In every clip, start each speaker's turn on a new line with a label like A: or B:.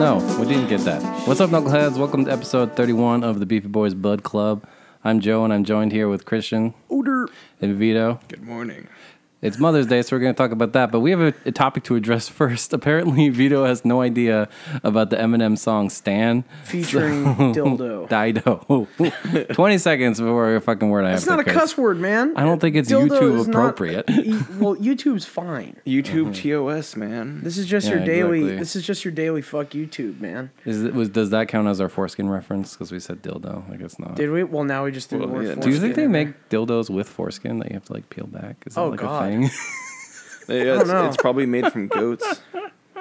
A: No, we didn't get that. What's up, knuckleheads? Welcome to episode 31 of the Beefy Boys Blood Club. I'm Joe, and I'm joined here with Christian
B: Odor.
A: and Vito.
B: Good morning.
A: It's Mother's Day, so we're going to talk about that. But we have a, a topic to address first. Apparently, Vito has no idea about the Eminem song "Stan."
B: Featuring dildo.
A: Dido. 20 seconds before a fucking word I
B: It's
A: have
B: not a
A: to
B: cuss word, man.
A: I don't think it's
B: Dildo
A: YouTube
B: is not-
A: appropriate.
B: E- well, YouTube's fine.
C: YouTube TOS, man.
B: This is just
A: Yeah,
B: your daily.
A: exactly.
B: This is just your daily. Fuck YouTube, man.
A: Is it, was, does that count as our foreskin reference? Because we said dildo. I guess not.
B: Did we? Well, now we just threw the
C: Well,
B: word.
C: yeah,
B: foreskin
A: Do you think they
B: in there.
A: make dildos with foreskin that you have to like peel back? Is that
B: Oh,
A: like
B: God.
A: a thing?
C: Yeah, it's,
B: know.
C: it's probably made from goats.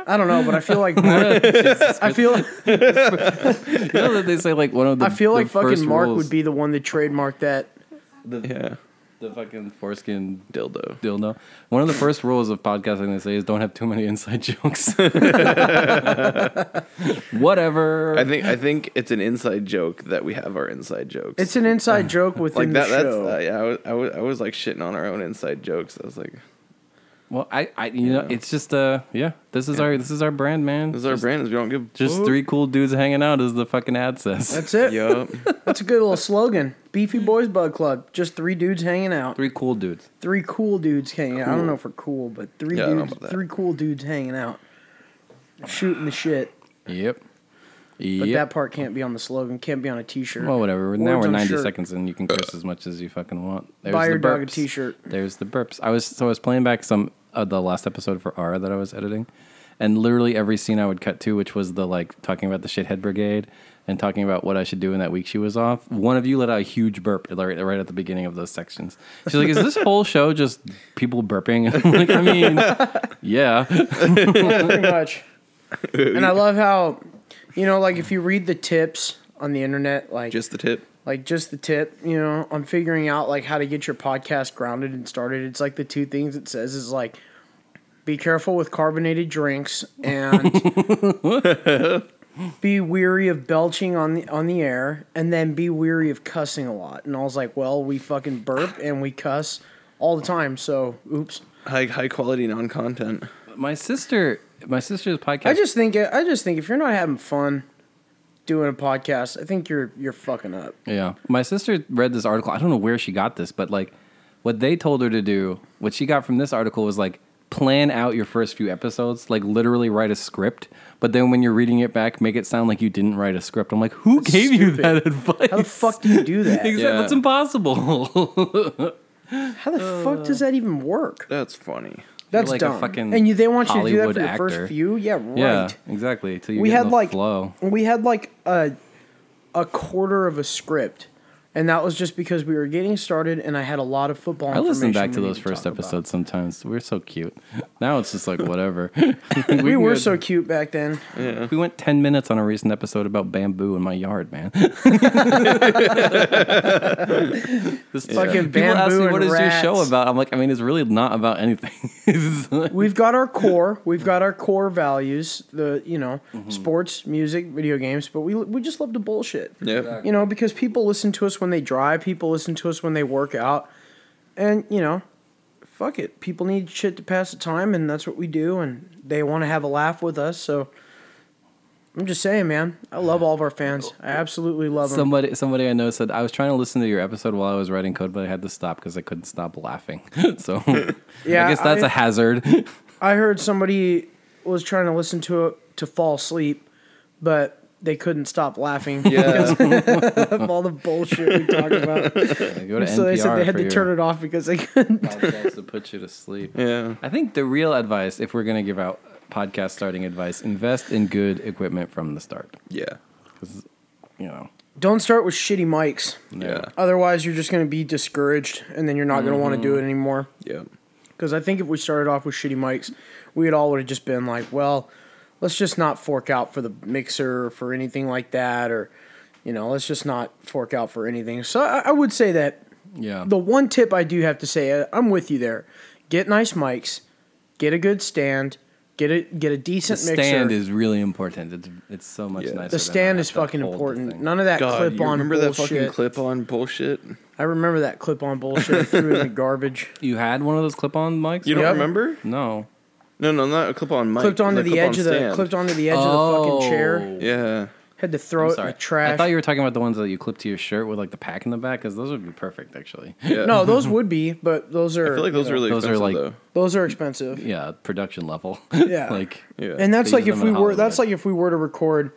B: I don't know, but I feel like Mark, I feel
A: you know that they say like one of the
B: I feel
A: the
B: like
A: first
B: fucking Mark
A: rules-
B: would be the one that trademarked that.
C: yeah,
A: the fucking foreskin
C: dildo.
A: dildo. One of the first rules of podcasting they say is don't have too many inside jokes. Whatever.
C: I think I think it's an inside joke that we have our inside jokes.
B: It's an inside joke within
C: like that.
B: the
C: That's
B: show.
C: uh, yeah. I was, I was I was like shitting on our own inside jokes. I was like,
A: well, I, I you know it's just uh yeah this is our this is our brand man.
C: this is our
A: just,
C: brand. Is we don't give
A: Just three cool dudes hanging out as the fucking ad says.
B: that's it.
C: Yup.
B: That's a good little slogan. Beefy Boys Bug Club. Just three dudes hanging out.
A: three cool dudes.
B: three cool dudes hanging out. I don't know if we're cool, but three
C: Yeah, I don't know
B: dudes,
C: about that.
B: three cool dudes hanging out, shooting the shit.
A: Yep.
B: But
A: Yep.
B: that part can't be on the slogan. Can't be on a T-shirt.
A: Well, whatever.
B: Words
A: now we're
B: on a
A: 90
B: shirt.
A: seconds and you can curse as much as you fucking want. There's
B: Buy
A: the
B: your dog a
A: burps.
B: T-shirt.
A: There's the burps. I was so I was playing back some uh, the last episode for R that I was editing, and literally every scene I would cut to, which was the like talking about the shithead brigade and talking about what I should do in that week she was off. One of you let out a huge burp right, right at the beginning of those sections. She's like, "Is this whole show just people burping?" I'm like, I mean, yeah,
B: pretty much. and I love how, you know, like if you read the tips on the internet, like
C: just the tip.
B: like just the tip, you know, on figuring out like how to get your podcast grounded and started. It's like the two things it says is like be careful with carbonated drinks and be weary of belching on the on the air and then be weary of cussing a lot. And I was like, well, we fucking burp and we cuss all the time, so oops.
C: High high quality non content.
A: my sister, my sister's podcast.
B: I just think I just think if you're not having fun doing a podcast, I think you're you're fucking up.
A: Yeah. My sister read this article. I don't know where she got this, but like what they told her to do, what she got from this article was like plan out your first few episodes, like literally write a script, but then when you're reading it back, make it sound like you didn't write a script. I'm like, who gave you
B: stupid.
A: that advice?
B: How the fuck do you do that?
A: Exactly.
C: Yeah.
A: That's impossible.
B: How the fuck does that even work?
C: That's funny.
B: That's
A: like a
B: dumb.
A: fucking
B: and you, they want you to do that
A: Hollywood
B: for your
A: actor.
B: first few. Yeah, right.
A: yeah, exactly. Till you
B: we
A: get in
B: had
A: the
B: like
A: flow.
B: we had like a a quarter of a script, and that was just because we were getting started, and I had a lot of football.
A: I listen
B: information
A: back to
B: we
A: those
B: need
A: first
B: talk about.
A: episodes sometimes. We're so cute. Now it's just like whatever. we
B: We
A: can
B: were
A: go-
B: so cute back then.
A: we went ten minutes on a recent episode about bamboo in my yard, man. This
B: Fucking
A: People ask
B: bamboo
A: me
B: and
A: what is
B: rats.
A: your show about. I'm like, I mean, it's really not about anything. It's like-
B: We've got our core. We've got our core values. The you know
A: Mm-hmm.
B: sports, music, video games, but we we just love to bullshit.
C: Yep.
B: You know because people listen to us when they drive. People listen to us when they work out, and you know, fuck it. People need shit to pass the time, and that's what we do. And they want to have a laugh with us. So I'm just saying, man. I love all of our fans. I absolutely love them.
A: somebody, somebody I know said I was trying to listen to your episode while I was writing code, but I had to stop because I couldn't stop laughing. so
B: Yeah,
A: I guess that's a
B: I-
A: hazard.
B: I heard somebody was trying to listen to it to fall asleep, but they couldn't stop laughing.
C: Yeah.
B: of all the bullshit we talk about.
A: Go to
B: so they said
A: NPR
B: they had
A: for
B: to
A: your
B: turn it off because they couldn't.
A: podcast to put you to sleep.
C: yeah.
A: I think the real advice, if we're going to give out podcast starting advice, invest in good equipment from the start.
C: Yeah.
A: You know,
B: Don't start with shitty mics.
C: Yeah.
B: Otherwise, you're just going to be discouraged and then you're not going to want to
C: Mm-hmm.
B: do it anymore.
C: Yep.
B: Because I think if we started off with shitty mics, we would all would have just been like, well, let's just not fork out for the mixer or for anything like that. Or, you know, let's just not fork out for anything. So I, I would say that
A: yeah.
B: the one tip I do have to say, uh, I'm with you there. Get nice mics, get a good stand, get a get a
A: the
B: decent mixer.
A: stand is really important. It's it's so much
C: Yeah.
A: nicer.
B: The
A: than
B: stand
A: I
B: is
A: have to
B: fucking
A: hold the
B: important.
A: thing.
B: None of that
C: God,
B: clip
C: you
B: on
C: remember
B: bullshit.
C: that fucking clip on bullshit? You
B: I remember that clip on bullshit I threw in the garbage.
A: You had one of those clip-on mics?
C: don't
B: Yep.
C: remember?
A: No.
C: No, no, not a clip-on mic.
B: clipped onto
C: a
B: the,
C: clip-on
B: edge of the
C: stand.
B: clipped onto the edge of the fucking chair.
C: Yeah.
B: Had to throw it in the trash.
A: Oh. I thought you were talking about the ones that you clip to your shirt with like the pack in the back because those would be perfect actually.
C: Yeah.
B: no, those would be, but those are
C: I feel like those are really
A: Those are
C: expensive
A: like-
C: though.
B: those are expensive.
A: Yeah, production level.
B: Yeah.
A: like
C: Yeah.
B: And that's
A: They
B: like
A: use
B: if
A: them
B: we
A: in
B: were that's
A: Hollywood.
B: like if we were to record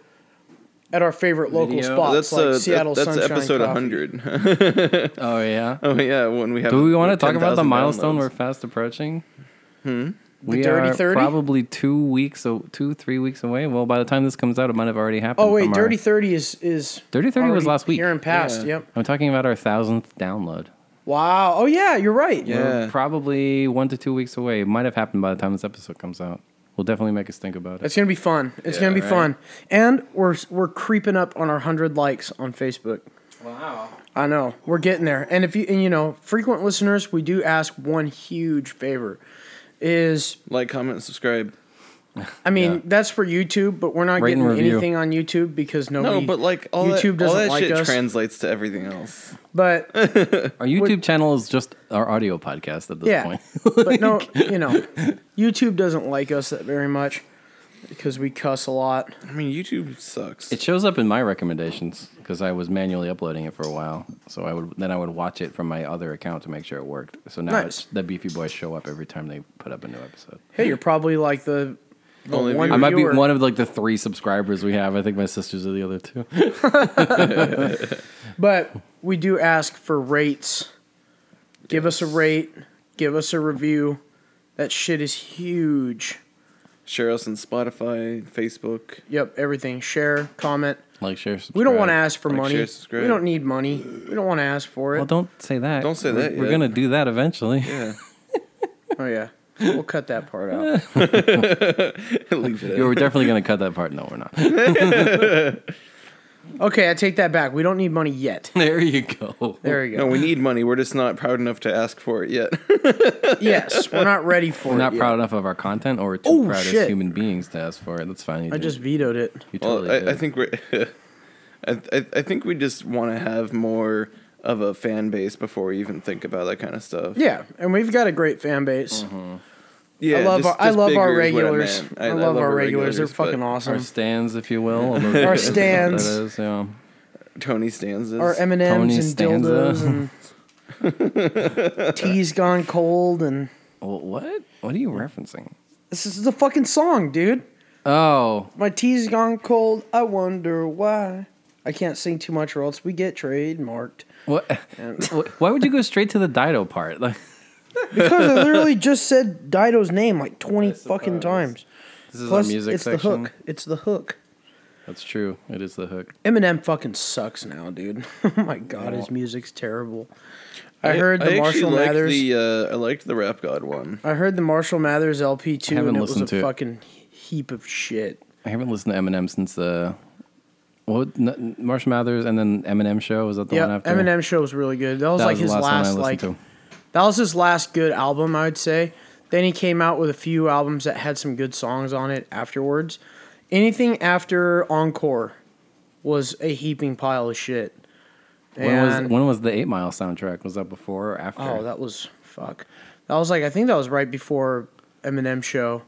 B: at our favorite local
A: Video.
B: spots
C: that's
B: like
C: uh,
B: Seattle
C: that, that's
B: Sunshine
C: episode
B: Coffee.
C: 100.
A: oh yeah.
C: oh yeah, when we have.
A: Do we want to talk about the
C: 10,000
A: milestone
C: downloads.
A: we're fast approaching? Hmm. We
B: Dirty
A: are
B: 30?
A: probably two weeks, o- two three weeks away. Well, by the time this comes out, it might have already happened.
B: Oh wait,
A: from our-
B: Dirty Thirty is is
A: Dirty 30 was
B: already
A: last week.
B: Here and past.
C: Yeah.
B: Yep.
A: I'm talking about our thousandth download.
B: Wow. Oh yeah, you're right.
C: Yeah.
A: We're probably one to two weeks away. It might have happened by the time this episode comes out. We'll definitely make us think about it.
B: It's gonna be fun. It's gonna be
A: right.
B: fun. And we're we're creeping up on our hundred likes on Facebook.
A: Wow.
B: I know we're getting there. And if you and you know frequent listeners, we do ask one huge favor. Is
C: Like, comment, subscribe.
B: I mean
A: Yeah.
B: that's for YouTube, but we're not
A: Rate and
B: getting
A: review.
B: anything on YouTube because nobody.
C: No, but like all
B: YouTube
C: that, all
B: doesn't
C: that
B: like
C: shit
B: us.
C: translates to everything else.
B: but
A: Our YouTube channel is just our audio podcast at this
B: Yeah.
A: point.
B: but no, you know, YouTube doesn't like us that very much because we cuss a lot.
C: I mean, YouTube sucks.
A: It shows up in my recommendations because I was manually uploading it for a while. So I would then I would watch it from my other account to make sure it worked. So now
B: Nice.
A: it's, the Beefy Boys show up every time they put up a new episode.
B: Hey, you're probably like the, the
C: Only
B: one
A: I might be
B: viewer.
A: one of like the three subscribers we have. I think my sisters are the other two.
B: But we do ask for rates. Give us a rate. Give us a review. That shit is huge.
C: Share us on Spotify, Facebook.
B: Yep, everything. Share, comment.
A: Like share.
B: We don't want to
A: subscribe.
B: ask for
C: Like,
B: money.
C: share, subscribe.
B: we don't need money. We don't want to ask for it.
A: Well, don't say that.
C: Don't say
A: We're-
C: that
A: We're
C: yet.
A: gonna do that eventually.
C: Yeah,
B: oh yeah, we'll cut that part out.
C: leave it.
A: Yeah, we're definitely gonna cut that part. No, we're not.
B: Okay, I take that back. We don't need money yet.
A: there you go.
B: There you
C: No,
B: go.
C: we need money. We're just not proud enough to ask for it yet.
B: yes, we're not ready for
A: We're
B: it.
A: not
B: yet.
A: proud enough of our content, or we're too
B: Oh,
A: proud as
B: shit.
A: human beings to ask for it. That's fine. You
B: I
A: did.
B: just vetoed it.
A: You
C: well,
A: totally
C: I, I
A: did.
C: think we're. I, I, I think we just want to have more of a fan base before we even think about that kind of stuff.
B: Yeah, and we've got a great fan base.
C: Mm-hmm. Yeah,
B: I love
C: just-
B: our, I
C: just
B: love our
C: bigger is what
B: regulars.
C: meant.
B: I, love our regulars. They're
C: but
B: fucking awesome.
A: our stands, if you will, or-
B: Our stands.
A: That is, yeah.
C: Tony Stanzas.
B: Our M and M's
A: Tony
B: and
A: Stanza.
B: dildos and tea's gone cold and
A: Well, what? What are you referencing?
B: this is the fucking song, dude.
A: Oh,
B: My tea's gone cold. I wonder why. I can't sing too much or else we get trademarked.
A: what? Wh- Why would you go straight to the Dido part? Like,
B: Because I literally just said Dido's name like twenty fucking
A: suppose.
B: times.
A: this is
B: Plus,
A: our music
B: it's
A: section.
B: the hook. It's the hook.
A: That's true. It is the hook.
B: Eminem fucking sucks now, dude. oh my god, his music's terrible. I, heard the
C: I actually
B: Marshall
C: liked
B: Mathers.
C: The, uh, I liked the Rap God one.
B: I heard the Marshall Mathers LP too,
A: Haven't
B: and it was a
A: listened to it.
B: fucking heap of shit.
A: I haven't listened to Eminem since the. What n- Marsh Mathers and then Eminem show was that the one
B: Yeah,
A: after
B: Eminem show was really good. That was
A: That
B: like
A: was the
B: his
A: last one I
B: last
A: listened
B: like
A: to.
B: that was his last good album, I would say. Then he came out with a few albums that had some good songs on it afterwards. Anything after Encore was a heaping pile of shit.
A: When was
B: And-
A: when was the Eight Mile soundtrack? Was that before or after?
B: Oh, that was fuck. That was like I think that was right before Eminem show.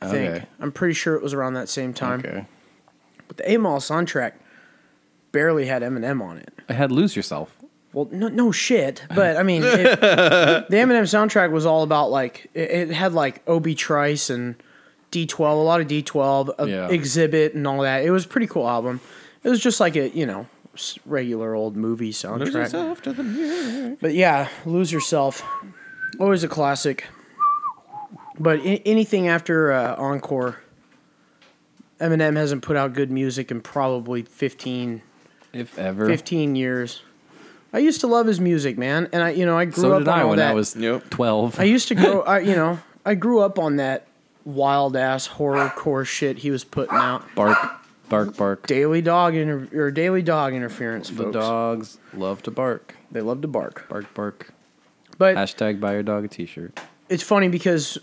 B: I think
A: Okay.
B: I'm pretty sure it was around that same time.
A: okay.
B: But the A Mall soundtrack barely had Eminem on it.
A: I had Lose Yourself.
B: Well, no, no shit. But I mean, it, the Eminem soundtrack was all about like it, it had like Ob Trice and D12, a lot of D12, uh,
A: Yeah.
B: Exhibit, and all that. It was a pretty cool album. It was just like a you know s- regular old movie soundtrack.
C: After the music.
B: But yeah, lose yourself. Always a classic. But I- anything after uh, Encore, Eminem hasn't put out good music in probably 15,
A: If ever.
B: 15 years. I used to love his music, man, and I you know I grew
A: so
B: up
A: did
B: on
A: I
B: all
A: when
B: that.
A: I was
C: Yep.
A: twelve.
B: I used to grow, I, you know, I grew up on that wild ass horrorcore shit he was putting out.
A: bark, bark, bark.
B: Daily dog inter- or daily dog interference,
A: the
B: folks.
A: dogs love to bark.
B: They love to bark.
A: Bark, bark.
B: But
A: Hashtag buy your dog a t-shirt.
B: it's funny because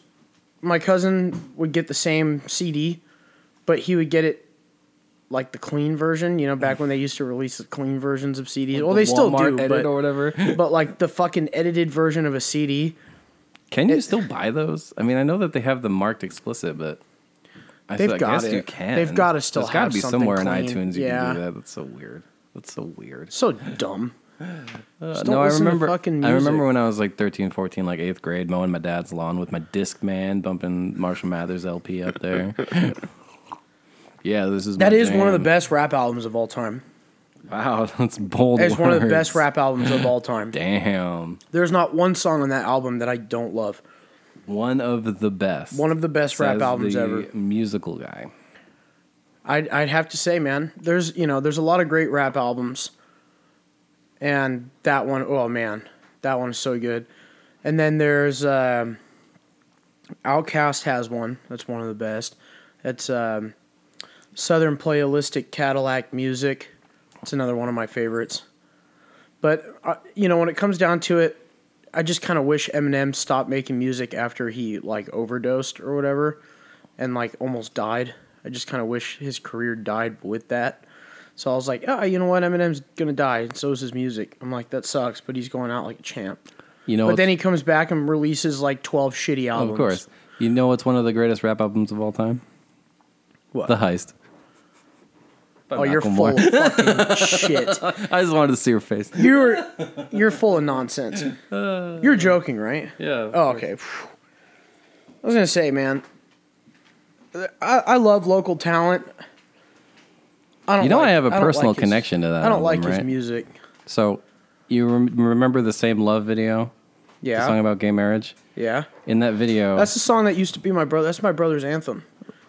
B: my cousin would get the same CD, but he would get it like the clean version. You know, back when they used to release the clean versions of CDs. well,
A: The
B: they still
A: Walmart
B: do,
A: edit
B: but,
A: or whatever.
B: but like the fucking edited version of a CD.
A: Can you still buy those? I mean, I know that they have them marked explicit, but I,
B: They've
A: I
B: got
A: guess you
B: it.
A: can.
B: They've gotta still
A: There's gotta
B: have
A: be
B: something
A: somewhere
B: clean.
A: in iTunes you
B: Yeah.
A: can do that. That's so weird. That's so weird.
B: So dumb.
A: Uh,
B: Just don't
A: no, I
B: listen to
A: remember.
B: fucking
A: I remember
B: music.
A: when I was like 13, 14, like eighth grade, mowing my dad's lawn with my disc man, bumping Marshall Mathers LP up there. yeah, this is
B: That
A: my
B: is one of the
A: jam.
B: best rap albums of all time.
A: Wow, that's bold.
B: It's one of the
A: words.
B: best rap albums of all time.
A: Damn,
B: There's not one song on that album that I don't love.
A: one of the best.
B: One of the best rap
A: says
B: albums
A: the
B: ever.
A: Musical guy.
B: I'd, I'd have to say, man, there's you know there's a lot of great rap albums, and that one, oh man, that one's so good. And then there's um, Outcast has one that's one of the best. It's um, Southern Playalistic Cadillac Music. It's another one of my favorites. But uh, you know when it comes down to it, I just kind of wish Eminem stopped making music after he like overdosed or whatever and like almost died. I just kind of wish his career died with that. So I was like, ah, you know what? Eminem's gonna die, and so is his music. I'm like, that sucks, but he's going out like a champ.
A: You know,
B: But then
A: what's-
B: he comes back and releases like 12 shitty albums.
A: of course, you know what's one of the greatest rap albums of all time?
B: What?
A: The Heist. By
B: oh, you're full
A: Macklemore.
B: of fucking shit.
A: I just wanted to see your face.
B: You're you're full of nonsense. You're joking, right?
A: Yeah.
B: Oh, okay. Phew. I was gonna say, man, I, I love local talent. I don't.
A: You know,
B: like-
A: I have a
B: don't
A: personal
B: like his-
A: connection to that.
B: I don't like
A: album,
B: his
A: right?
B: music.
A: So, you rem- remember the same love video?
B: Yeah.
A: The song about gay marriage.
B: Yeah.
A: In that video,
B: That's the song that used to be my brother. That's my brother's anthem.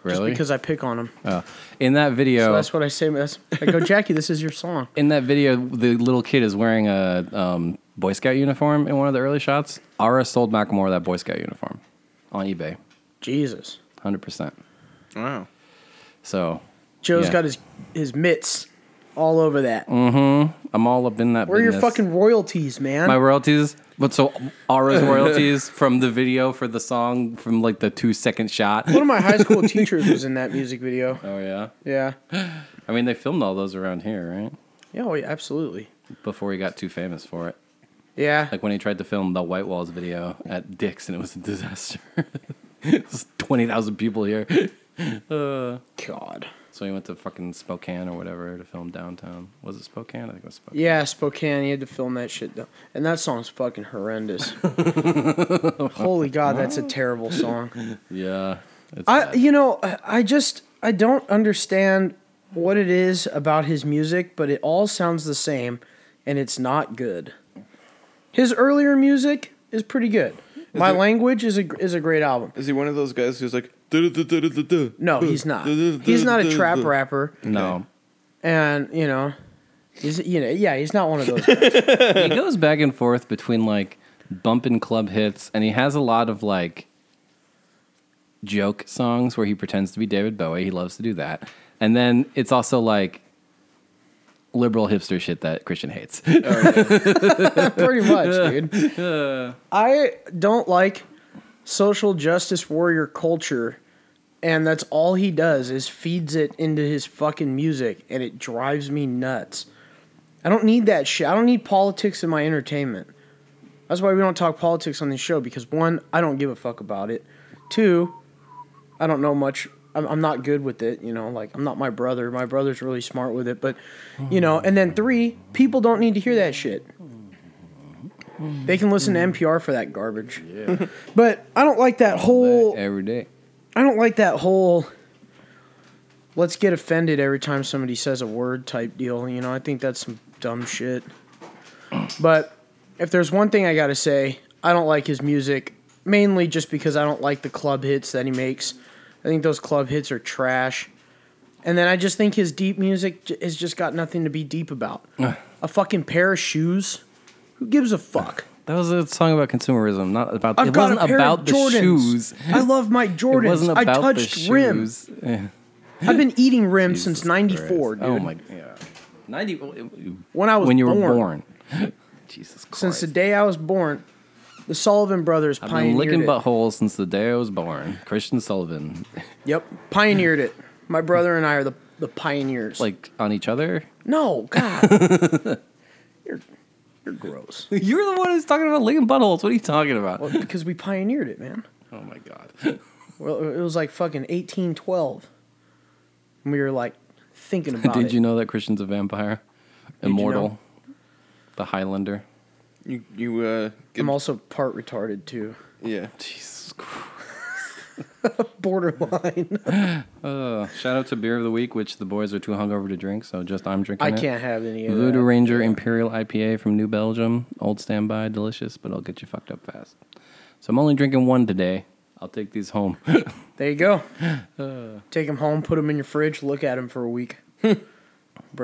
B: Just
A: Really?
B: because I pick on him.
A: Oh. in that video,
B: So that's what I say. That's, I go, Jackie, this is your song.
A: in that video, the little kid is wearing a um, Boy Scout uniform in one of the early shots. Ara sold Macklemore that Boy Scout uniform on eBay,
B: Jesus.
A: hundred percent.
C: Wow.
A: So
B: Joe's
A: Yeah. Mm.
B: got his his mitts all over that.
A: I'm all up in that.
B: Where are your
A: business.
B: fucking royalties, man?
A: my royalties? But so Ara's royalties from the video for the song from like the two second shot.
B: One of my high school teachers was in that music video.
A: Oh yeah.
B: Yeah.
A: I mean, they filmed all those around here, right?
B: Yeah, well, yeah, absolutely.
A: Before he got too famous for it.
B: Yeah.
A: Like when he tried to film the White Walls video at Dick's and it was a disaster. It's 20,000 people here. uh,
B: God.
A: So he went to fucking Spokane or whatever to film downtown. Was it Spokane? I think it was Spokane.
B: Yeah, Spokane, you had to film that shit though. And that song's fucking horrendous. Holy God, that's a terrible song.
A: Yeah. It's
B: I
A: bad.
B: you know I- I just I don't understand what it is about his music, but it all sounds the same, and it's not good. His earlier music is pretty good. My
C: it-
B: language is a gr- is a great album.
C: Is he one of those guys who's like? "Du-du-du-du-du-du-du,
B: No, he's not. He's not a trap
C: du-du-du-du-du-du."
B: rapper,
A: no.
B: and you know, he's you know yeah he's not one of those. guys.
A: he goes back and forth between like bumping club hits and he has a lot of like joke songs where he pretends to be David Bowie. He loves to do that. And then it's also like liberal hipster shit that Christian hates.
B: pretty much, dude. I don't like social justice warrior culture, and that's all he does is feeds it into his fucking music, and it drives me nuts. I don't need that shit. I don't need politics in my entertainment. That's why we don't talk politics on this show because one, I don't give a fuck about it. Two, I don't know much. I'm, I'm not good with it, you know. Like I'm not my brother. My brother's really smart with it, but you know. And then three, people don't need to hear that shit. They can listen to NPR for that garbage. but I don't like that whole.
A: Every day.
B: I don't like that whole let's get offended every time somebody says a word type deal. You know, I think that's some dumb shit. But if there's one thing I got to say, I don't like his music, mainly just because I don't like the club hits that he makes. I think those club hits are trash. And then I just think his deep music j- has just got nothing to be deep about. a fucking pair of shoes? Who gives a fuck?
A: That was a song about consumerism, not about
B: I've
A: it
B: got
A: wasn't
B: a pair
A: about
B: of
A: the
B: Jordans.
A: shoes.
B: I love my Jordans.
A: It wasn't
B: I
A: about
B: touched
A: the
B: rims.
A: shoes. Yeah.
B: I've been eating rims since
A: Jesus
B: '94,
A: Christ.
B: dude.
A: Oh my yeah. 90
B: When I was
A: when you
B: born,
A: were born. Jesus Christ.
B: since the day I was born, the Sullivan brothers
A: I've been
B: pioneered
A: licking
B: it.
A: buttholes since the day I was born. Christian Sullivan,
B: Yep, pioneered it. My brother and I are the the pioneers.
A: like on each other.
B: no, God, you're You're gross.
A: You're the one who's talking about licking buttholes. What are you talking about?
B: Well, because we pioneered it, man.
A: Oh my god.
B: Well, it was like fucking 1812. And we were like thinking about
A: Did
B: it.
A: you know that Christian's a vampire?
B: you
A: Immortal.
B: know?
A: The Highlander.
C: You you uh get,
B: I'm also part retarded too.
C: yeah.
A: Jesus Christ.
B: Borderline.
A: Shout out to Beer of the Week, which the boys are too hungover to drink, so just I'm drinking
B: I
A: it.
B: can't have any of
A: Voodoo
B: that.
A: Ranger Imperial IPA from New Belgium. Old standby, delicious, but I'll get you fucked up fast. So I'm only drinking one today. I'll take these home.
B: There you go. Take them home, put them in your fridge, look at them for a week. Bring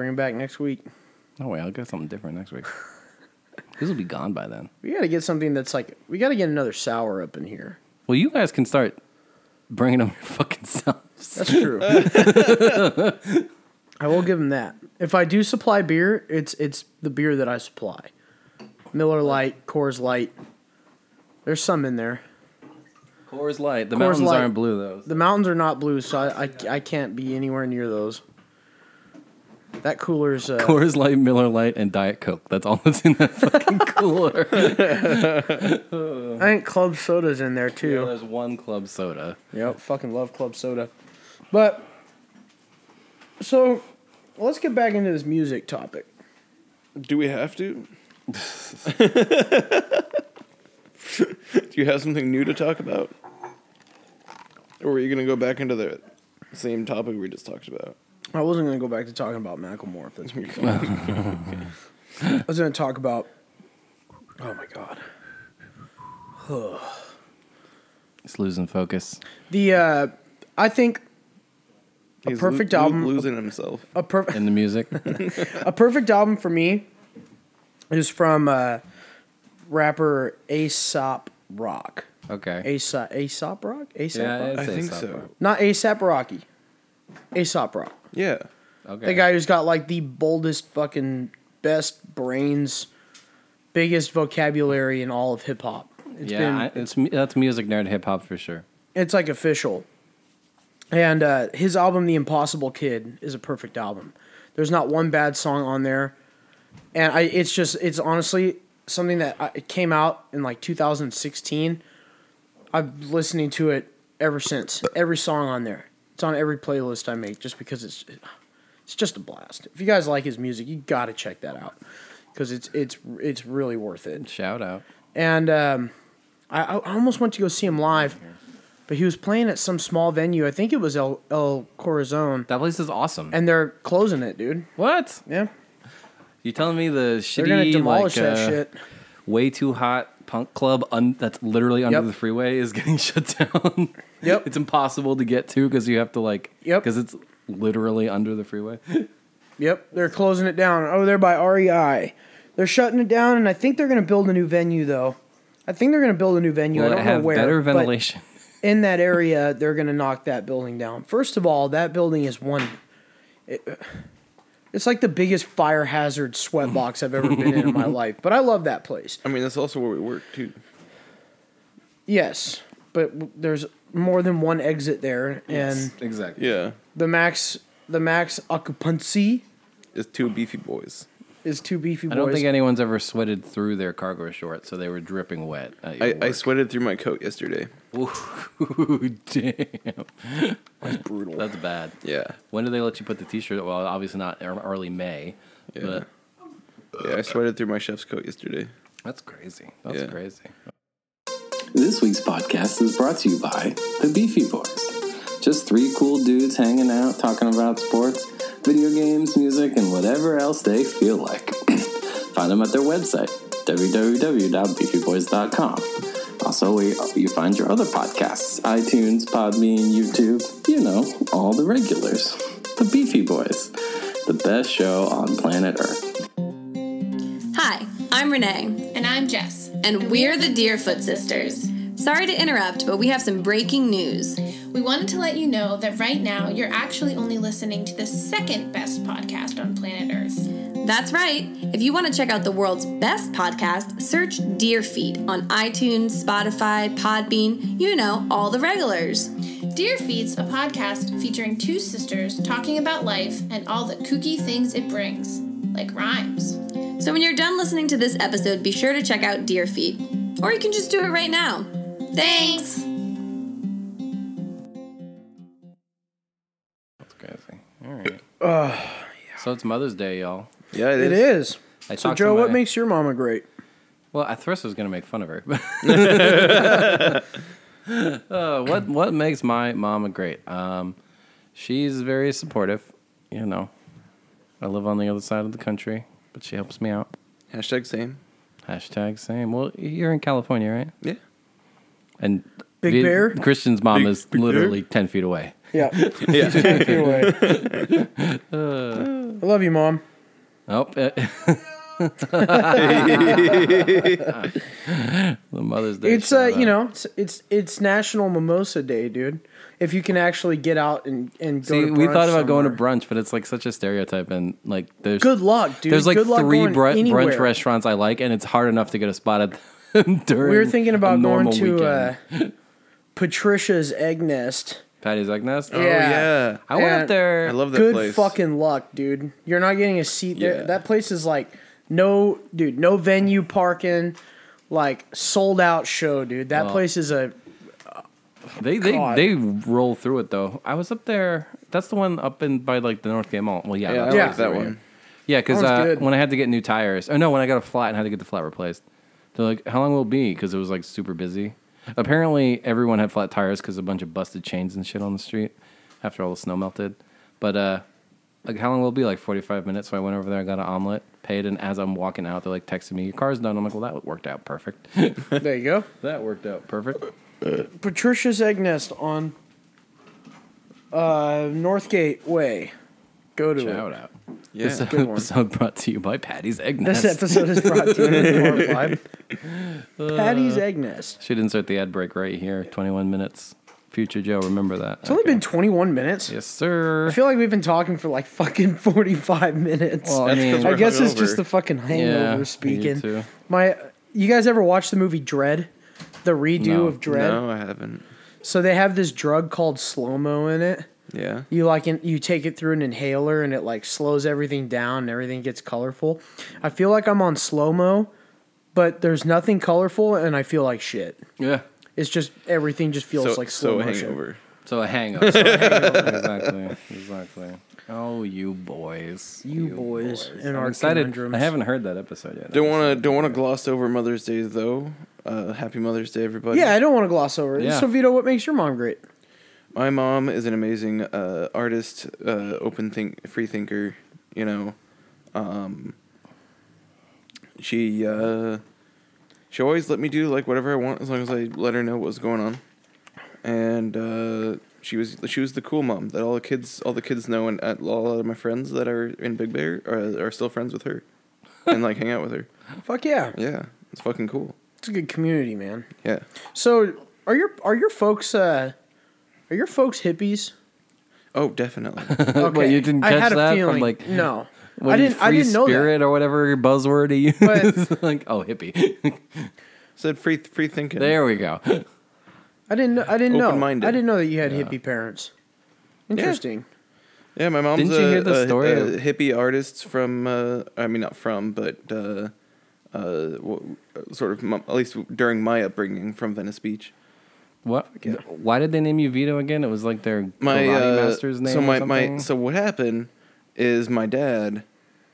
B: them back next week.
A: no way, I'll get something different next week. These will be gone by then.
B: We got to get something that's like, we got to get another sour up in here.
A: Well, you guys can start bringing them your fucking selves.
B: That's true. I will give them that. If I do supply beer, it's it's the beer that I supply. Miller Light, Coors Light. There's some in there.
A: Coors Light. The
B: Coors
A: mountains
B: Light.
A: aren't blue though.
B: The mountains are not blue, so I I, I can't be anywhere near those. That cooler's uh,
A: Coors Light, Miller Light, and Diet Coke. That's all that's in that fucking cooler.
B: I think club soda's in there
A: Yeah,
B: too.
A: there's one club soda.
B: Yep, fucking love club soda. But so let's get back into this music topic.
C: Do we have to? Do you have something new to talk about? Or are you gonna go back into the same topic we just talked about?
B: I wasn't going to go back to talking about Macklemore if that's what you're I was going to talk about. Oh my god.
A: It's losing focus.
B: The uh, I think
C: He's
B: perfect album-
C: losing himself.
B: a perfect
A: in the music.
B: a perfect album for me is from uh, rapper Aesop Rock.
A: Okay.
B: Aesop Aesop Rock. Aesop
A: Yeah,
B: Rock.
A: I'd
C: I
A: say
C: think
A: South
C: so.
A: Park.
B: Not Aesop Rocky. Aesop Rock.
C: Yeah.
A: Okay.
B: The guy who's got like the boldest fucking best brains, biggest vocabulary in all of hip hop. It's
A: yeah,
B: been
A: I- it's mu- that's music nerd hip hop for sure.
B: it's like official. And uh, his album, The Impossible Kid, is a perfect album. There's not one bad song on there, and I it's just it's honestly something that I, it came out in like 2016. I've been listening to it ever since. Every song on there, it's on every playlist I make, just because it's it's just a blast. If you guys like his music, you got to check that out because it's it's it's really worth it
A: Shout out.
B: and um, I, I almost went to go see him live, but he was playing at some small venue. I think it was El El Corazon,
A: That place is awesome.
B: and they're closing it, dude.
A: what?
B: Yeah,
A: You telling me the
B: they're gonna
A: shitty
B: demolish
A: like
B: that
A: uh,
B: shit.
A: way too hot punk club un- that's literally under
B: Yep.
A: the freeway is getting shut down.
B: Yep.
A: it's impossible to get to because you have to like
B: Yep.
A: because it's literally under the freeway.
B: Yep, they're closing it down over there by REI. They're shutting it down, and I think they're gonna build a new venue though. I think they're gonna build a new venue.
A: Will
B: I
A: it
B: don't
A: have
B: know where.
A: better
B: but
A: ventilation?
B: in that area, they're gonna knock that building down. First of all, that building is one. it- it's like the biggest fire hazard
A: Mm.
B: sweat box I've ever been in in my life, but I love that place.
C: I mean that's also where we work too.
B: Yes, but w- there's more than one exit there, and
A: exactly.
C: Yeah.
B: the max the max occupancy
C: It's two beefy boys.
B: is two beefy boys.
A: I don't think anyone's ever sweated through their cargo shorts, so they were dripping wet. at your
C: I, I
A: work.
C: sweated through my coat yesterday.
A: Ooh, damn.
C: It's brutal.
A: That's bad.
C: yeah.
A: When do they let you put the T-shirt? Well, obviously not ear- early May,
C: Yeah.
A: but
C: Yeah, I sweated through my chef's coat yesterday.
A: that's crazy. That's
C: Yeah.
A: crazy.
D: This week's podcast is brought to you by the Beefy Boys. Just three cool dudes hanging out, talking about sports, video games, music, and whatever else they feel like. Find them at their website, www.beefyboys.com. Also, we you find your other podcasts, iTunes, Podbean, YouTube, you know, all the regulars. The Beefy Boys, the best show on planet Earth.
E: Hi, I'm Renee,
F: And I'm Jess.
E: and we're the Deerfoot Sisters. Sorry to interrupt, but we have some breaking news.
F: We wanted to let you know that right now you're actually only listening to the second best podcast on planet Earth.
E: That's right. If you want to check out the world's best podcast, search Deerfeed on iTunes, Spotify, Podbean, you know, all the regulars.
F: Dear Feed's a podcast featuring two sisters talking about life and all the kooky things it brings, like rhymes.
E: So when you're done listening to this episode, be sure to check out Deer Feet. Or you can just do it right now. Thanks.
A: That's crazy. All right.
B: Uh,
A: So it's Mother's Day, y'all.
C: Yeah,
B: It is.
A: I
B: So,
A: talked
B: Joe,
A: to
B: what
A: my-
B: makes your mama great?
A: Well, I thrust was gonna make fun of her. uh, what what makes my mama great? Um, she's very supportive. You know, I live on the other side of the country, but she helps me out.
C: Hashtag same.
A: Hashtag same. Well, you're in California, right?
C: Yeah.
A: And
B: Big Bear?
A: Christian's mom
C: Big-
A: is
C: Big Bear?
A: literally ten feet away.
B: Yeah.
C: Yeah.
B: Either way.
A: Uh.
B: I love you, mom.
A: Oh, eh, the Mother's Day.
B: It's uh,
A: shout
B: you
A: out.
B: know, it's, it's it's National Mimosa Day, dude. If you can actually get out and and go.
A: See,
B: to
A: we
B: brunch
A: thought about going to
B: somewhere.
A: brunch, but it's like such a stereotype, and like there's
B: Good luck, dude.
A: There's like
B: Good luck
A: three
B: going
A: br-
B: anywhere.
A: brunch restaurants I like, and it's hard enough to get a spot at them during.
B: We were thinking
A: a
B: about going
A: normal
B: to uh,
A: weekend.
B: Patricia's Egg Nest.
A: Patty's Egg Nest.
C: Oh yeah.
A: I went
B: Yeah.
A: up there.
C: I love that
B: Good
C: place.
B: fucking luck, dude. You're not getting a seat there.
C: Yeah.
B: That place is like no, dude, no venue parking, like sold out show, dude. That place is a
A: They they
B: God.
A: they roll through it though. I was up there. That's the one up in by like the Northgate Mall. Well, yeah,
C: Yeah, I
A: that's
B: Yeah.
C: like that one.
A: Yeah, because
B: That one's
A: uh,
B: good.
A: when I had to get new tires, oh no, when I got a flat and had to get the flat replaced, they're like, "How long will it be?" Because it was like super busy. Apparently, everyone had flat tires because a bunch of busted chains and shit on the street after all the snow melted. But uh, like, how long will it be? Like forty-five minutes. So I went over there, I got an omelet, paid, and as I'm walking out, they're like texting me, "Your car's done." I'm like, "Well, that worked out perfect.
B: there you go.
A: that worked out perfect."
B: Patricia's Egg Nest on uh, Northgate Way. Go to
A: Shout
B: it.
A: out.
C: Yeah.
A: This
B: good one.
A: episode brought to you by Patty's Egg
B: This
A: Nest.
B: episode is brought to you by
A: Uh,
B: Patty's Egg Nest.
A: Should insert the ad break right here. Twenty-one minutes. Future Joe, remember that.
B: It's only been 21 minutes.
A: Yes, sir.
B: I feel like we've been talking for like fucking 45 minutes.
A: Well, I
C: That's 'cause
A: mean,
B: I
C: we're
B: guess it's
C: hungover.
B: just the fucking hangover
A: me
B: speaking.
A: too.
B: My, you guys ever watch the movie Dread? The redo
A: No.
B: of Dread.
C: No, I haven't.
B: So they have this drug called slow mo in it.
C: Yeah.
B: You like in, you take it through an inhaler and it like slows everything down and everything gets colorful. I feel like I'm on slow mo, but there's nothing colorful and I feel like shit.
A: yeah.
B: It's just everything just feels
C: so
B: like
C: so
B: slow motion.
C: hangover.
A: So a hangover. So a hangover. exactly. Exactly. Oh, you boys.
B: You boys and
A: I'm
B: our
A: excited.
B: conundrums.
A: I haven't heard that episode yet.
C: Don't want to don't want to gloss over Mother's Day though. Uh, happy Mother's Day, everybody.
B: Yeah, I don't want to gloss over it.
A: Yeah.
B: So Vito, what makes your mom great?
C: My mom is an amazing uh, artist, uh, open think, free thinker. You know, um, she uh, she always let me do like whatever I want as long as I let her know what was going on. And uh, she was she was the cool mom that all the kids all the kids know, and uh, all of my friends that are in Big Bear are, are still friends with her, and like hang out with her.
B: Fuck yeah,
C: Yeah, it's fucking cool.
B: it's a good community, man.
C: Yeah.
B: So are your are your folks uh are your folks hippies?
C: Oh, definitely.
A: Okay. Wait, you didn't
B: I
A: catch
B: had a
A: that from,
B: feeling.
A: like
B: no,
A: what
B: I
A: do you-
B: didn't. I
A: free
B: didn't know
A: spirit
B: that.
A: or whatever buzzword he used.
B: But-
A: like oh hippie.
C: Said free free thinking.
A: there we go.
B: I didn't. know- I didn't know.
C: Open-minded.
B: I didn't know that you had hippie parents. Interesting.
C: Yeah, my mom's
A: Didn't you
C: a,
A: hear the
C: a-
A: story
C: a
A: of-
C: hippie artist from, uh, I mean, not from, but uh, uh, w- sort of, m- at least during my upbringing, from Venice Beach.
A: What? Why did they name you Vito again? It was like their
C: My
A: karate
C: uh,
A: master's name.
C: So
A: or
C: my, my
A: something?
C: so what happened is my dad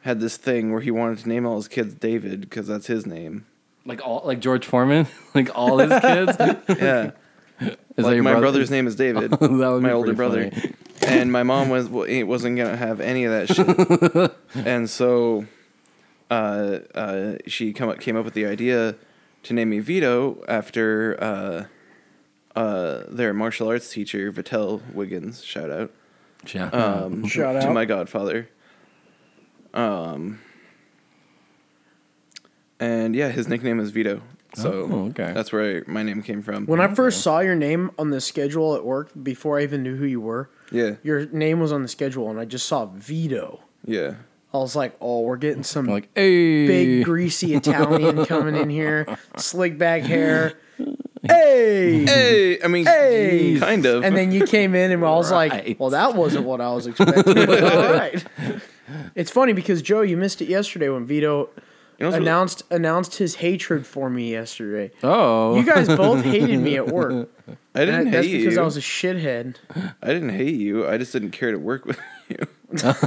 C: had this thing where he wanted to name all his kids David because that's his name.
A: like all like George Foreman, like all his kids. Is
C: Yeah,
A: that your
C: my
A: brother?
C: brother's name is David.
A: That would be
C: my older
A: pretty
C: brother.
A: funny.
C: and my mom was well, it wasn't gonna have any of that shit, and so uh, uh, she come up, came up with the idea to name me Vito after uh, uh, their martial arts teacher Vitel Wiggins. Shout out
A: Yeah.
C: um,
B: Shout
C: to
B: out.
C: my godfather. Um, and yeah, his nickname is Vito. So
A: Oh, okay.
C: that's where my name came from.
B: When I first saw your name on the schedule at work, before I even knew who you were,
C: yeah
B: your name was on the schedule, and I just saw Vito.
C: yeah
B: I was like, "Oh, we're getting some
A: like hey,
B: big greasy Italian coming in here, slick back hair." Hey,
C: hey I mean
B: Mm-hmm. Hey!
C: kind of
B: And then you came in, and I was like,
A: Right.
B: "Well, that wasn't what I was expecting." but all right, It's funny because Joe, you missed it yesterday when Vito
C: You know what's really-
B: announced announced his hatred for me yesterday.
A: Oh,
B: You guys both hated me at work.
C: I
B: And
C: didn't
B: that's
C: hate
B: because
C: you.
B: I was a shithead.
C: I didn't hate you. I just didn't care to work with you.
A: I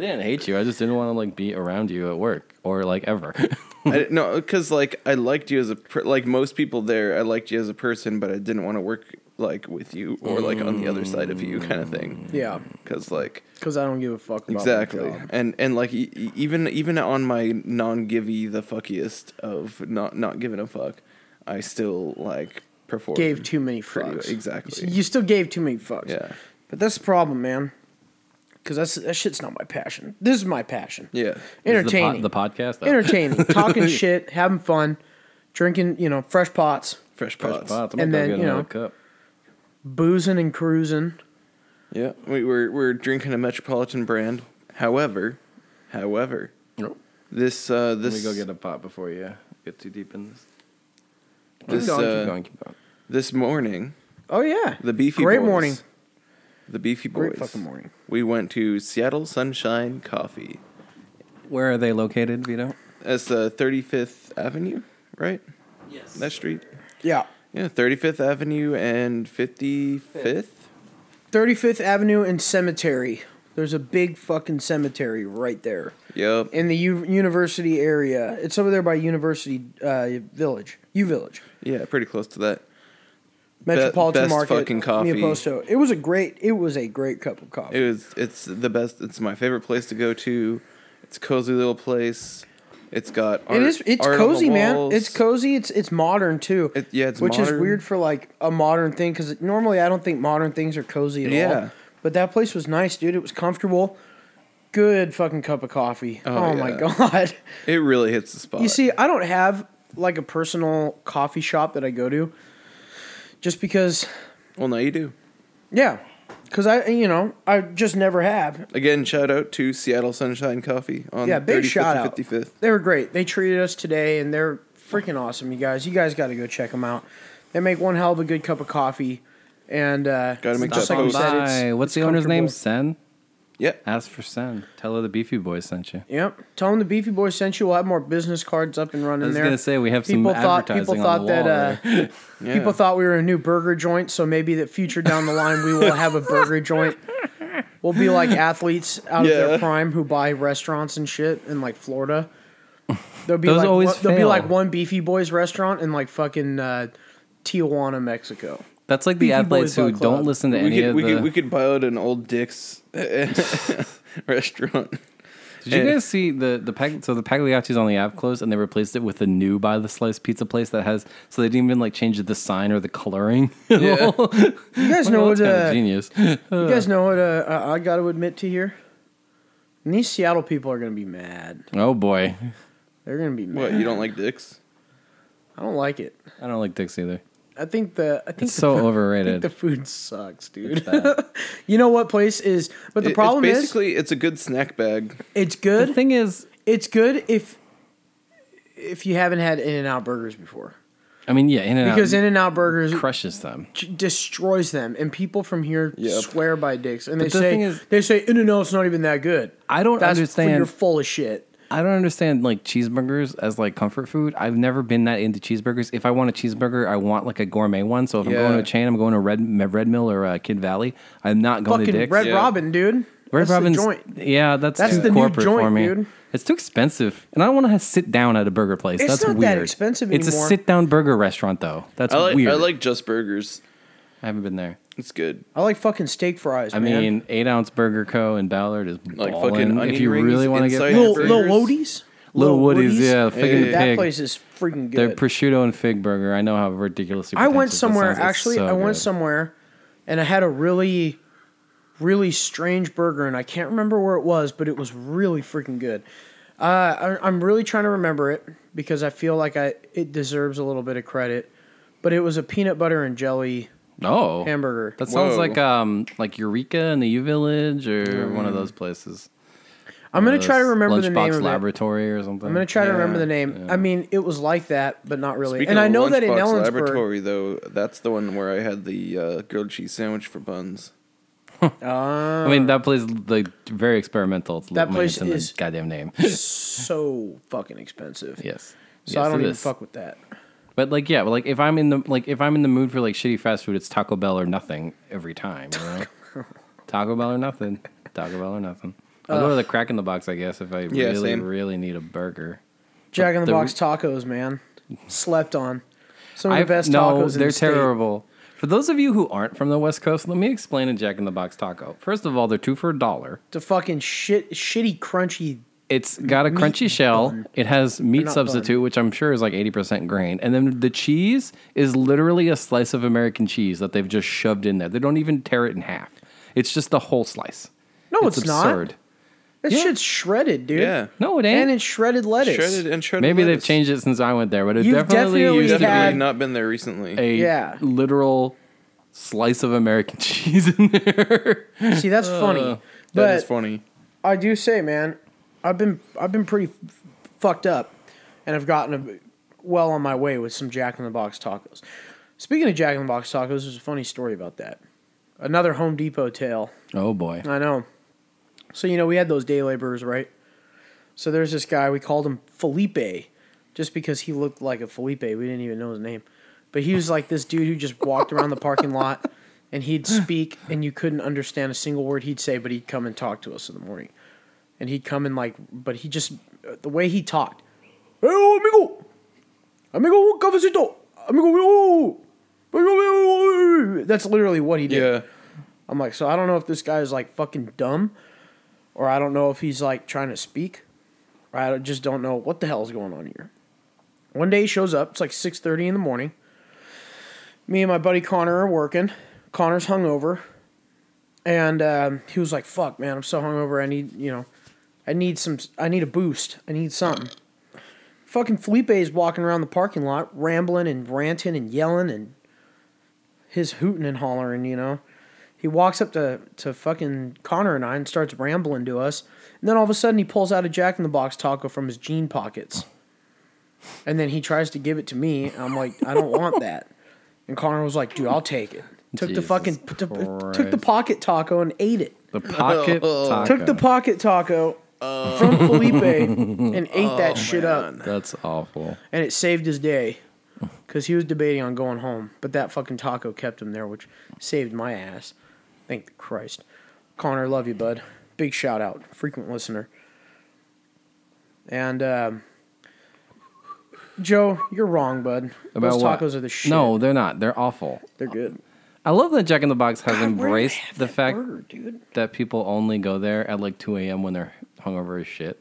A: didn't hate you. I just didn't want to like be around you at work or like ever.
C: I didn't, no, because like I liked you as a per- like most people there. I liked you as a person, but I didn't want to work like with you or like on the other side of you kind of thing.
B: Yeah,
C: Because like
B: because I don't give a fuck. About my
C: exactly,
B: job.
C: and and like e- e- even even on my non givey the fuckiest of not not giving a fuck, I still like performed.
B: Gave too many
C: Pretty-
B: fucks.
C: exactly.
B: You still gave too many fucks.
C: yeah
B: But that's the problem, man. Because that's that shit's not my passion. This is my passion.
C: yeah.
B: Entertaining.
A: The, po- the podcast. Oh.
B: Entertaining. Talking shit, having fun, drinking, you know, fresh pots,
C: Fresh
A: Fresh
C: pots.
A: pots. I'm gonna
B: And
A: go
B: then,
A: get
B: you
A: another
B: know,
A: cup.
B: boozing and cruising.
C: Yeah, we were we're drinking a Metropolitan brand. However, however,
A: Nope.
C: this uh
A: Let
C: this
A: me go get a pot before you get too deep in this.
C: this
A: keep going,
C: uh,
A: keep going, keep going.
C: this morning
B: Oh yeah.
C: the beefy
B: Great
C: boys,
B: morning.
C: the beefy boys
B: Great fucking morning.
C: we went to Seattle Sunshine Coffee.
A: Where are they located, Vito?
C: That's uh, 35th Avenue, right? Yes. That street.
B: Yeah.
C: Yeah, 35th Avenue and 55th.
B: 35th Avenue and Cemetery. There's a big fucking cemetery right there
C: Yep.
B: in the U- University area. It's over there by University uh, Village, U Village,
C: Yeah, pretty close to that.
B: Metropolitan
C: best
B: Market,
C: fucking coffee.
B: Miaposto. It was a great. It was a great cup of coffee.
C: It was. It's the best. It's my favorite place to go to. It's a cozy little place. It's got. Art,
B: it is. It's
C: art on the
B: cozy, man.
C: walls.
B: It's cozy. It's it's modern too.
C: It- yeah, it's
B: which
C: modern.
B: is weird for like a modern thing because normally I don't think modern things are cozy at
C: Yeah.
B: all. But that place was nice, dude. It was comfortable. Good fucking cup of coffee. Oh,
C: Oh,
B: my
C: yeah.
B: god.
C: It really hits the spot.
B: You see, I don't have like a personal coffee shop that I go to, just because.
C: Well, now you do.
B: Yeah, because I you know I just never have.
C: Again, shout out to Seattle Sunshine Coffee on
B: Yeah, big
C: 35th,
B: shout out.
C: 55th.
B: They were great. They treated us today, and they're freaking awesome. You guys, you guys got to go check them out. They make one hell of a good cup of coffee, and uh,
C: Gotta make
B: just
C: that
B: you
C: post.
B: said,
A: Hi.
B: it's-
A: What's
B: it's
A: the owner's name?
B: comfortable.
A: Sen.
C: Yeah.
A: Ask for Sen. Tell her the Beefy Boys sent you.
B: Yep. Tell them the Beefy Boy sent you. We'll have more business cards up and running
A: I was
B: there.
A: gonna say we have some advertising on the wall
B: that uh,
C: yeah.
B: people thought we were a new burger joint, so maybe that future down the line we will have a burger joint. We'll be like athletes out of
C: Yeah.
B: their prime who buy restaurants and shit in like Florida. There'll be
A: Those
B: like
A: always
B: one, there'll be
A: fail.
B: like one Beefy Boys restaurant in like fucking uh, Tijuana, Mexico.
A: That's like the
B: Beefy
A: athletes
B: Boys
A: who
B: Book Club.
A: don't listen to
C: we
A: any
C: could,
A: of
C: we
A: the.
C: could we could buy out an old Dick's restaurant.
A: Did you guys see the the Pag- so the Pagliacci's on the app closed and they replaced it with a new by the slice pizza place that has so they didn't even like change the sign or the coloring.
C: Yeah.
B: You guys know what?
A: That's kind
B: Uh,
A: of genius.
B: you guys know what? Uh, I- I got to admit to here. And these Seattle people are gonna be mad.
A: Oh boy,
B: They're gonna be mad.
C: What you don't like Dick's?
B: I don't like it.
A: I don't like dicks either.
B: I think the I think
A: It's so
B: the, food- I think
A: overrated.
B: the food sucks, dude.
A: bad.
B: you know what place is? But the
C: It-
B: problem
C: it's
B: is,
C: basically it's a good snack bag.
B: it's
A: The
B: good.
A: thing is,
B: it's good if if you haven't had In and Out burgers before,
A: I mean, yeah, in and
B: because
A: out
B: In and Out burgers
A: crushes them.
B: j- destroys them, and people from here
C: Yep.
B: swear by dicks, and they
A: the
B: say
A: thing is-
B: they say In and Out's not even that good.
A: I don't
B: That's
A: understand.
B: You're full of shit.
A: I don't understand like cheeseburgers as like comfort food. I've never been that into cheeseburgers. If I want a cheeseburger, I want like a gourmet one. So if I'm
C: Yeah.
A: going to a chain, I'm going to Red Red Mill or uh, Kid Valley. I'm not going to
B: Fucking
A: Dick's.
B: Red
C: Yeah.
B: Robin, dude.
A: Red
B: That's the
A: Robin's,
B: joint.
A: yeah, that's,
B: That's
A: too
B: the new
A: corporate
B: joint,
A: for me.
B: dude.
A: It's too expensive, and I don't want to sit down at a burger place.
B: It's
A: that's
B: not that
A: weird.
B: expensive
A: It's
B: anymore.
A: a sit-down burger restaurant, though. That's
C: I like
A: weird.
C: I like Just Burgers.
A: I haven't been there.
C: It's good.
B: I like fucking steak fries.
A: I
B: man.
A: mean, eight ounce Burger Co. in Ballard is
C: Like
A: ballin'.
C: fucking
A: If
C: onion
A: you
C: rings
A: really want to get
C: inside
B: Little,
A: little,
C: burgers.
B: little Woody's?
A: Woody's, yeah, fig and
B: That
A: pig.
B: place is freaking
A: Their
B: good.
A: prosciutto and fig burger. I know how ridiculously.
B: I went
A: pretentious that
B: somewhere
A: sounds. It's
B: actually.
A: so
B: I went
A: good.
B: somewhere, and I had a really, really strange burger, and I can't remember where it was, but it was really freaking good. Uh, I, I'm really trying to remember it because I feel like I it deserves a little bit of credit, but it was a peanut butter and jelly
A: Oh,
B: hamburger.
A: That sounds
C: Whoa.
A: like um like Eureka in the U Village or one of those places.
B: Mm. I'm gonna try to remember the name
A: Lunchbox
B: of it.
A: Laboratory or something.
B: I'm gonna try to remember
C: Yeah,
B: the name. I mean, it was like that, but not really.
C: Speaking
B: and
C: of
B: I know that in
C: Lunchbox
B: Ellensburg,
C: Laboratory though, that's the one where I had the uh, grilled cheese sandwich for buns.
A: I mean, that place like very experimental. It's
B: That
A: I mean,
B: place
A: it's in the
B: is-
A: goddamn name.
B: so fucking expensive.
A: yes.
B: So
A: Yes,
B: I
A: it
B: don't even
A: is.
B: fuck with that.
A: But like, yeah, but like if I'm in the like if I'm in the mood for like shitty fast food, it's Taco Bell or nothing every time. You know? Taco Bell or nothing. Taco Bell or nothing. I'll go to the crack in the box, I guess, if I
C: Yeah,
A: really,
C: same.
A: really need a burger.
B: Jack in the,
A: the
B: Box tacos, man. Slept on. Some of the
A: I've-
B: best
A: no,
B: tacos in
A: they're
B: the state.
A: terrible. For those of you who aren't from the West Coast, let me explain a Jack in the Box taco. First of all, they're two for a dollar.
B: It's a fucking shit, shitty, crunchy.
A: It's got a crunchy shell. It has meat
B: not
A: substitute, which I'm sure is like 80% grain. And then the cheese is literally a slice of American cheese that they've just shoved in there. They don't even tear it in half. It's just the whole slice.
B: No, it's, not. That
A: Yeah.
B: shit's shredded, dude.
C: Yeah.
A: No, it
B: And
A: ain't.
B: it's shredded lettuce.
C: Shredded and shredded.
A: Maybe they've
C: lettuce.
A: changed it since I went there, but it
B: You've
A: definitely,
B: definitely
A: used
C: Definitely
B: had-
C: not been there recently.
A: a
B: Yeah.
A: literal slice of American cheese in there.
B: See, that's funny.
C: Uh, That
B: But
C: is funny.
B: I do say, man, I've been I've been pretty f- fucked up, and I've gotten a, well on my way with some Jack in the Box tacos. Speaking of Jack in the Box tacos, there's a funny story about that. Another Home Depot tale.
A: oh boy.
B: I know. So you know we had those day laborers, right? So there's this guy we called him Felipe, just because he looked like a Felipe. We didn't even know his name, but he was like this dude who just walked around the parking lot, and he'd speak, and you couldn't understand a single word he'd say, but he'd come and talk to us in the morning, and he'd come and like, but he just the way he talked, hey oh, amigo, amigo, un cafecito, amigo, oh, amigo, oh." that's literally what he did.
C: Yeah.
B: I'm like, so I don't know if this guy is like fucking dumb, or I don't know if he's like trying to speak. Or I just don't know what the hell is going on here. One day he shows up. It's like six thirty in the morning. Me and my buddy Connor are working. Connor's hungover, and um, he was like, "Fuck, man, I'm so hungover. I need, you know, I need some. I need a boost. I need something." Fucking Felipe is walking around the parking lot, rambling and ranting and yelling and his hooting and hollering, you know he walks up to, to fucking Connor and I and starts rambling to us. And then all of a sudden he pulls out a Jack in the Box taco from his jean pockets. And then he tries to give it to me. And I'm like, I don't want that. And Connor was like, dude, I'll take it. Took the
A: Jesus
B: fucking p- t- took the
A: Christ.
B: pocket taco and ate it.
A: The pocket taco.
B: Took the pocket taco uh, from Felipe and ate
A: Oh,
B: that shit up.
A: That's awful.
B: And it saved his day. Because he was debating on going home, but that fucking taco kept him there, which saved my ass. Thank the Christ. Connor, love you, bud. Big shout out, frequent listener. And um, Joe, you're wrong, bud.
A: About
B: Those
A: what?
B: tacos are the shit.
A: No, they're not. They're awful.
B: they're good.
A: I love that Jack in the Box has
B: God, where do they
A: embraced
B: have
A: the
B: that
A: fact
B: burger, dude.
A: that people only go there at like 2 a.m. when they're hungover as shit.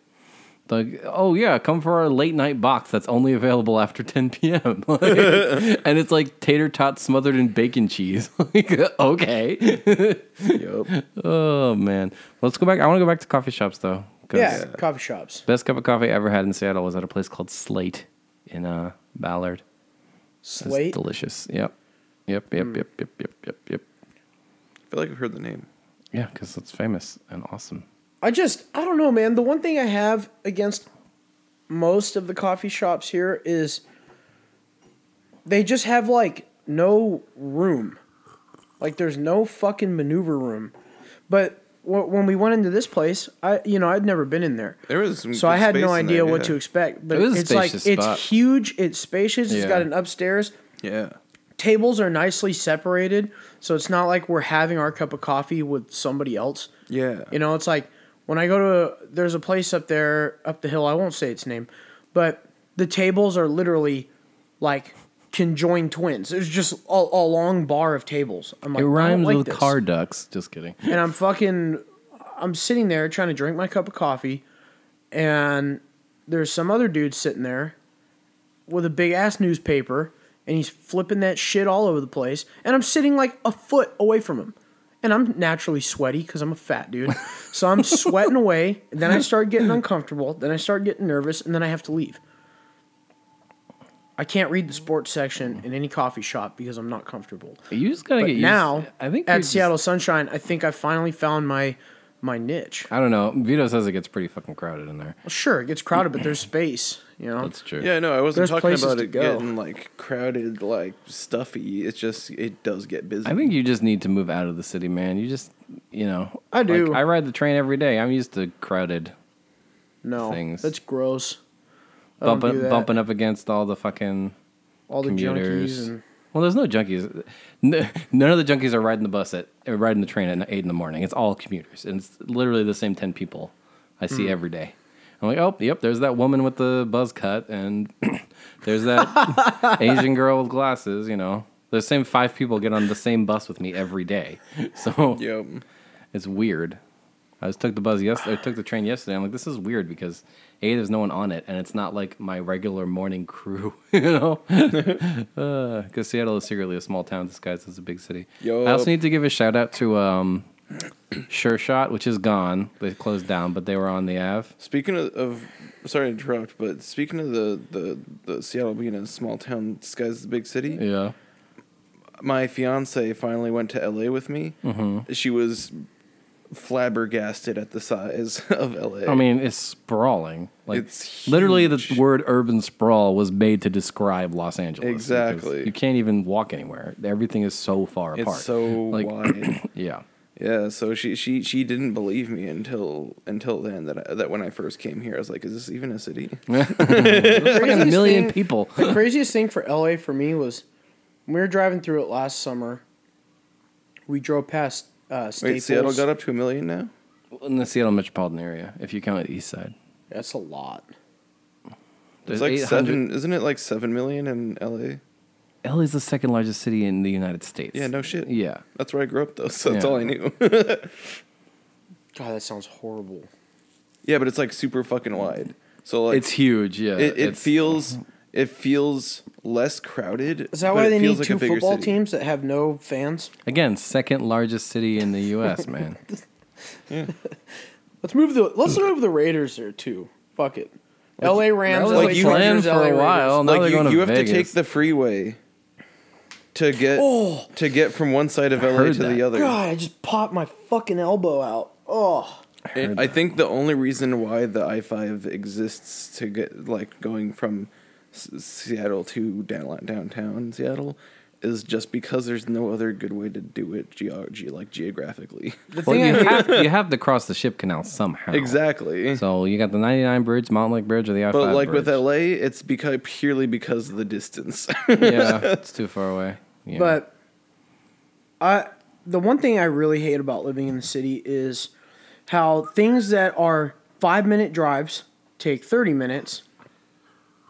A: Like, oh yeah, come for our late night box that's only available after 10 p.m. Like, and it's like tater tots smothered in bacon cheese. like, okay.
C: Yep.
A: Oh man, let's go back. I want to go back to coffee shops though. 'cause
B: Yeah, coffee shops.
A: Best cup of coffee I ever had in Seattle was at a place called Slate in uh, Ballard. It was
B: Slate. Hmm.
A: delicious. Yep. Yep. Yep. Yep. Yep. Yep. Yep. Yep.
C: I feel like I've heard the name.
A: Yeah, because it's famous and awesome.
B: I just, I don't know, man. The one thing I have against most of the coffee shops here is they just have like no room. Like there's no fucking maneuver room. But wh- when we went into this place, I, you know, I'd never been in there.
C: There was some
B: So I
C: good
B: had no
C: space in
B: idea
C: there,
B: what
C: yeah.
B: to expect. But
A: It was a
B: it's like,
A: spacious spot.
B: it's huge, it's spacious, it's
A: Yeah.
B: got an upstairs
C: Yeah.
B: tables are nicely separated, so it's not like we're having our cup of coffee with somebody else.
C: Yeah.
B: You know, it's like when I go to there's a place up there up the hill. I won't say its name, but the tables are literally like conjoined twins. There's just a, a long bar of tables. I'm like,
A: It
B: I don't
A: rhymes
B: like
A: with
B: this.
A: car ducks. Just kidding.
B: and I'm fucking. I'm sitting there trying to drink my cup of coffee, and there's some other dude sitting there with a big ass newspaper and he's flipping that shit all over the place and i'm sitting like a foot away from him and i'm naturally sweaty because i'm a fat dude so i'm sweating away and then i start getting uncomfortable then i start getting nervous and then i have to leave i can't read the sports section in any coffee shop because i'm not comfortable
A: You just gotta
B: but
A: get used.
B: now
A: I think we
B: at
A: just-
B: seattle sunshine i think i finally found my my niche
A: I don't know. Vito says it gets pretty fucking crowded in there.
B: sure it gets crowded but there's space you know
A: That's true.
C: Yeah, no, I wasn't
B: There's
C: talking
B: places
C: about
B: to
C: it
B: go.
C: getting like crowded, like stuffy. It's just it does get busy.
A: I think you just need to move out of the city, man. You just you know,
B: I do.
A: Like, I ride the train every day. I'm used to crowded,
B: No,
A: things.
B: that's gross. I don't do
A: bumping
B: that.
A: bumping up against all the fucking
B: all the junkies
A: commuters.
B: and
A: Well, there's no junkies. N- None of the junkies are riding the bus at or riding the train at eight in the morning. It's all commuters, and it's literally the same ten people I
B: Hmm.
A: see every day. I'm like, oh, yep, there's that woman with the buzz cut, and there's that Asian girl with glasses. You know, the same five people get on the same bus with me every day. So
C: Yep.
A: it's weird. I just took the buzz yes, I took the train yesterday. I'm like, this is weird because a there's no one on it, and it's not like my regular morning crew, you know. Because Seattle is secretly a small town disguised as a big city.
C: Yup.
A: I also need to give a shout out to um, Sure Shot, which is gone. They closed down, but they were on the Ave.
C: Speaking of, of sorry to interrupt, but speaking of the, the, the Seattle being a small town disguised as a big city,
A: Yeah,
C: my fiance finally went to LA with me.
A: Mm-hmm.
C: She was flabbergasted at the size of LA.
A: I mean it's sprawling. Like
C: It's
A: literally, the
C: huge.
A: word "urban sprawl" was made to describe Los Angeles. because
C: Exactly.
A: you can't even walk anywhere. Everything is so far
C: it's
A: apart.
C: so
A: Like,
C: wide.
A: Yeah.
C: Yeah, so she, she she didn't believe me until until then that I, that when I first came here I was like, is this even a city?
A: fucking a
B: Craziest
A: million
B: thing-
A: people.
B: The craziest thing for LA for me was when we were driving through it last summer. We drove past uh, Staples.
C: Wait, Seattle got up to a million now.
A: In the Seattle metropolitan area, if you count the east side,
B: That's a lot.
A: there's
C: It's like
A: 800
C: seven, isn't it? Like seven million in LA.
A: LA is the second largest city in the United States.
C: Yeah, no shit.
A: Yeah.
C: That's where I grew up though, so that's
A: Yeah.
C: all I knew.
B: God, that sounds horrible.
C: yeah, but it's like super fucking wide. So like
A: It's huge. Yeah.
C: it, it
A: Uh, It's-
C: feels it feels less crowded.
B: Is that
C: but
B: why
C: it
B: they
C: feels
B: need
C: like a
B: two
C: bigger
B: football
C: city.
B: teams that have no fans?
A: again second largest city in the U.S. Man.
B: Let's move the let's move the Raiders there too. Fuck it. LA Rams.
A: that was
B: LA
A: the
B: Chargers,
A: plan for
B: LA
A: a while.
B: Raiders.
A: Now they're
C: Like
A: going
C: you,
A: to
C: you have to
A: Vegas.
C: take the freeway to get to get from one side of LA
A: heard
C: to
A: that.
C: the other.
B: Oh! God, I just popped my fucking elbow out. Oh,
C: It- I think the only reason why the I five exists to get like going from S- Seattle to down, downtown Seattle is just because there's no other good way to do it geology like geographically.
B: the
A: well,
B: thing I
A: you
B: hate,
A: have you have to cross the ship canal somehow.
C: exactly.
A: So you got the 99 bridge, Mount Lake Bridge, or the I-5
C: but like
A: bridge.
C: with LA, it's because purely because of the distance.
A: yeah, it's too far away. Yeah.
B: but I the one thing I really hate about living in the city is how things that are five minute drives take thirty minutes.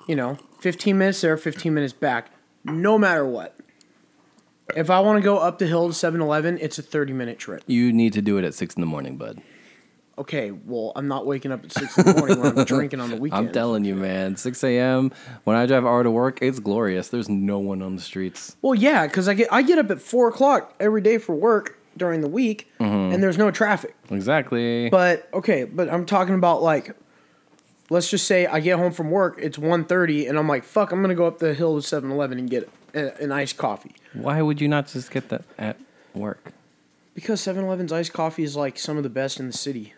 B: You know, fifteen minutes there, fifteen minutes back, no matter what. If I want to go up the hill to 7-Eleven, it's a thirty minute trip.
A: you need to do it at six in the morning, bud.
B: Okay, well, I'm not waking up at six in the morning when I'm drinking on the weekend.
A: I'm telling you, man. 6 a.m. When I drive hour to work, it's glorious. There's no one on the streets.
B: Well, yeah, because I get I get up at four o'clock every day for work during the week,
A: Mm-hmm.
B: and there's no traffic.
A: Exactly.
B: But okay, but I'm talking about like, let's just say I get home from work, it's 1.30, and I'm like, fuck, I'm gonna go up the hill to 7-Eleven and get a, an iced coffee
A: Why would you not just get that at work?
B: because 7-Eleven's iced coffee is like some of the best in the city.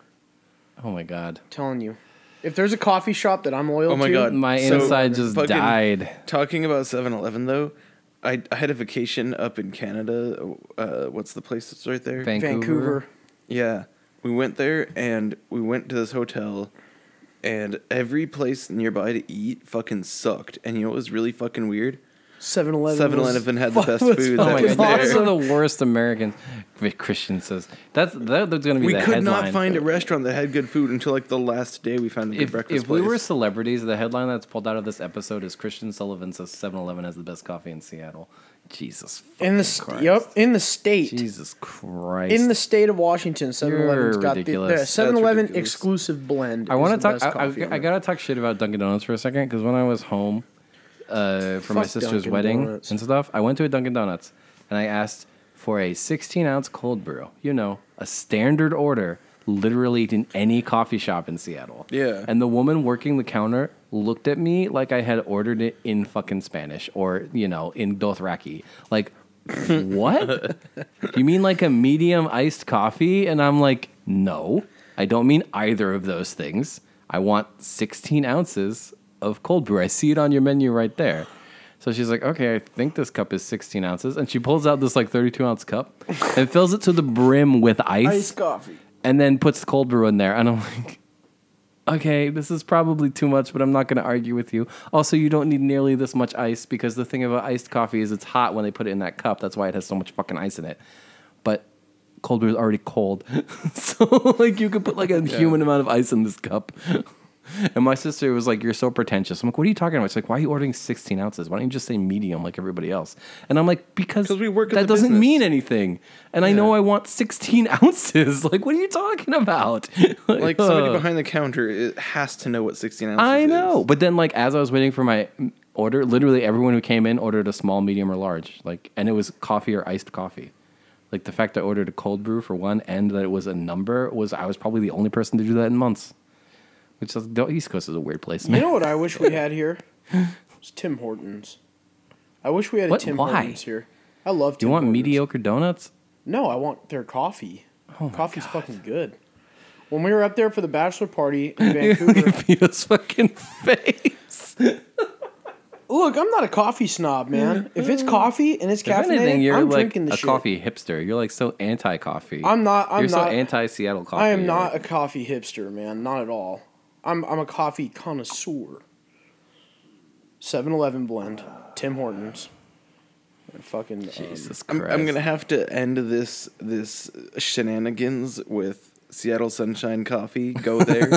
A: Oh my god.
B: I'm telling you, if there's a coffee shop that I'm loyal
C: Oh my
B: to,
C: God.
A: My
C: So,
A: inside just
C: fucking-
A: died.
C: Talking about 7-Eleven though, I, I had a vacation up in Canada. Uh, what's the place that's right there?
A: Vancouver.
B: Vancouver.
C: Yeah. We went there and we went to this hotel and every place nearby to eat fucking sucked. And you know what was really fucking weird?
B: 7-Eleven.
C: 7-Eleven had the
B: fu-
C: best
B: was
C: food
A: Oh
C: that
A: my
C: was
A: god. Those
C: there.
A: are the worst Americans. Christian says that's that, that's going to be
C: We
A: the
C: could
A: headline.
C: not find a restaurant that had good food until like the last day we found a good
A: if,
C: breakfast
A: if we were
C: place.
A: celebrities, the headline that's pulled out of this episode is Christian Sullivan says 7-Eleven has the best coffee in Seattle. Jesus.
B: in the
A: fucking
B: st-
A: Christ.
B: yep in the state.
A: Jesus Christ.
B: In the state of Washington, 7-Eleven's got the,
A: ridiculous.
B: the
A: That's
B: 7-Eleven
C: ridiculous.
B: exclusive blend.
A: I want to talk. I, I, I
B: got
A: gotta talk shit about Dunkin' Donuts for a second because when I was home uh, for my
B: Fuck
A: sister's
B: Dunkin'
A: wedding
B: Donuts.
A: and stuff, I went to a Dunkin' Donuts and I asked for a 16 ounce cold brew. You know, a standard order, literally in any coffee shop in Seattle.
C: Yeah.
A: And the woman working the counter looked at me like I had ordered it in fucking Spanish or you know in Dothraki, like. what? You mean like a medium iced coffee? And I'm like, no, I don't mean either of those things. I want 16 ounces of cold brew. I see it on your menu right there. So she's like, okay, I think this cup is 16 ounces. And she pulls out this like 32 ounce cup and fills it to the brim with ice,
B: coffee.
A: and then puts cold brew in there. And I'm like, okay, this is probably too much, but I'm not going to argue with you. Also, you don't need nearly this much ice because the thing about iced coffee is it's hot when they put it in that cup. That's why it has so much fucking ice in it. But cold brew is already cold. so, like, you could put like a human amount of ice in this cup. And my sister was like, You're so pretentious. I'm like, What are you talking about? She's like, Why are you ordering 16 ounces? Why don't you just say medium like everybody else? And I'm like, Because
C: 'Cause we work in
A: that
C: the
A: doesn't
C: business.
A: mean anything. And I know
C: Yeah.
A: I want 16 ounces. Like, what are you talking about?
C: Like somebody
A: uh,
C: behind the counter it has to know what 16 ounces
A: I know.
C: is.
A: But then, like, as I was waiting for my order, literally everyone who came in ordered a small, medium, or large. Like, and it was coffee or iced coffee. Like, the fact I ordered a cold brew for one and that it was a number was I was probably the only person to do that in months. Which is, the East Coast is a weird place,
B: You
A: man.
B: know what I wish we had here? It's Tim Hortons. I wish we had a
A: What?
B: Tim
A: Why?
B: Hortons here. I love Tim
A: you want
B: Hortons.
A: mediocre Oh donuts?
B: No, I want their coffee. Coffee's fucking good. When we were up there for the bachelor party in Vancouver,
A: Vito's fucking face.
B: look, I'm not a coffee snob, man. If it's coffee and it's
A: If
B: caffeinated,
A: anything, you're
B: I'm
A: like
B: drinking the
A: a
B: shit.
A: coffee hipster. You're like so anti coffee.
B: I'm not. I'm
A: you're so
B: not.
A: anti Seattle coffee.
B: I am
A: You're
B: not
A: like-
B: a coffee hipster, man. Not at all. I'm I'm a coffee connoisseur. 7-Eleven blend, Tim Hortons. And Fucking um,
A: Jesus
C: I'm,
A: Christ.
C: I'm gonna have to end this this shenanigans with Seattle Sunshine Coffee. Go there.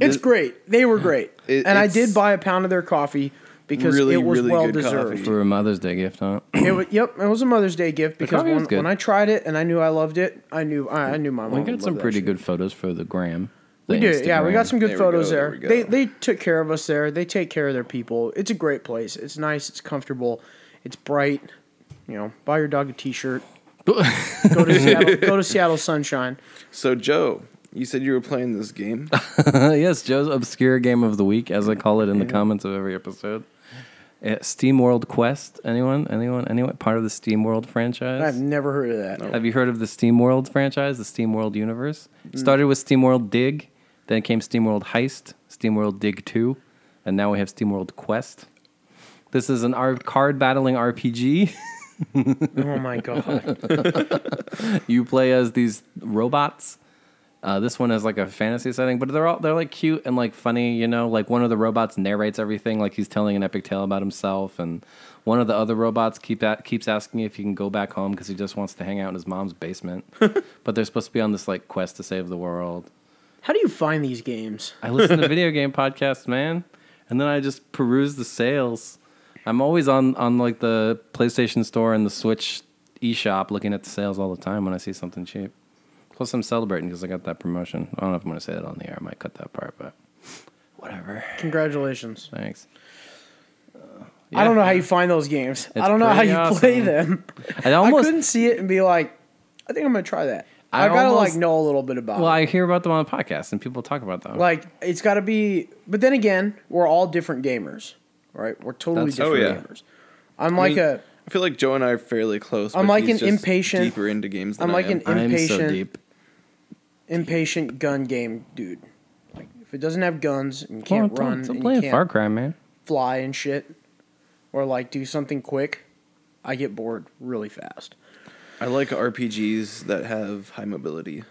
B: It's great. They were great.
C: It-
B: and I
C: it's-
B: did buy a pound of their coffee because
C: Really,
B: it was
C: really
B: well
C: good
B: deserved.
C: coffee.
A: for a Mother's Day gift, huh?
B: It was, yep, it was a Mother's Day gift because
A: coffee was
B: when,
A: good.
B: when I tried it and I knew I loved it, I knew I, I knew my mom.
A: We got
B: would
A: some
B: love that
A: pretty
B: shit.
A: good photos for the gram.
B: We did, yeah. We got some good
C: There we
B: photos
C: go,
B: there.
C: there we go.
B: They they took care of us there. They take care of their people. It's a great place. It's nice. It's comfortable. It's bright. You know, buy your dog a T-shirt. Go to Seattle, go to Seattle Sunshine.
C: so Joe, you said you were playing this game.
A: yes, Joe's obscure game of the week, as I call it in the comments of every episode. Uh, Steam World Quest. Anyone? Anyone? Anyone? Part of the Steam World franchise.
B: I've never heard of that.
A: Have you heard of the SteamWorld franchise, the SteamWorld universe? It started with SteamWorld Dig, then came SteamWorld Heist, SteamWorld Dig 2, and now we have SteamWorld Quest. This is an R- card battling RPG.
B: Oh my god!
A: you play as these robots. Uh, this one is like a fantasy setting, but they're all they're like cute and like funny, you know. Like one of the robots narrates everything, like he's telling an epic tale about himself, and one of the other robots keep at, keeps asking if he can go back home because he just wants to hang out in his mom's basement. but they're supposed to be on this like quest to save the world.
B: How do you find these games?
A: I listen to video game podcasts, man, and then I just peruse the sales. I'm always on on like the PlayStation Store and the Switch eShop, looking at the sales all the time when I see something cheap. Plus, I'm celebrating because I got that promotion. I don't know if I'm going to say that on the air. I might cut that part, but whatever.
B: Congratulations.
A: Thanks.
B: I don't know how you find those games.
A: It's
B: I don't know how
A: pretty
B: you play
A: awesome.
B: them.
A: I
B: I
A: almost
B: couldn't see it and be like, I think I'm gonna try that.
A: I
B: I, gotta
A: almost-
B: like know a little bit about.
A: well,
B: it.
A: I hear about them on podcasts and people talk about them.
B: Like it's gotta be. But then again, we're all different gamers, right? We're totally
A: That's-
C: oh,
B: different
C: yeah.
B: gamers. I'm like
C: mean,
B: a.
C: I feel like Joe and I are fairly close.
B: I'm
C: but
B: like
C: he's
B: an
C: just
B: impatient-
C: Deeper into games. Than
B: I'm like
C: I am.
B: an
A: I am so
B: impatient-
A: deep.
B: impatient gun game dude. Like if it doesn't have guns and you
A: Well,
B: can't
A: I'm-
B: run
A: I'm
B: and you
A: playing
B: can't
A: Far Cry, man.
B: fly and shit, or like do something quick, I get bored really fast.
C: I like RPGs that have high mobility.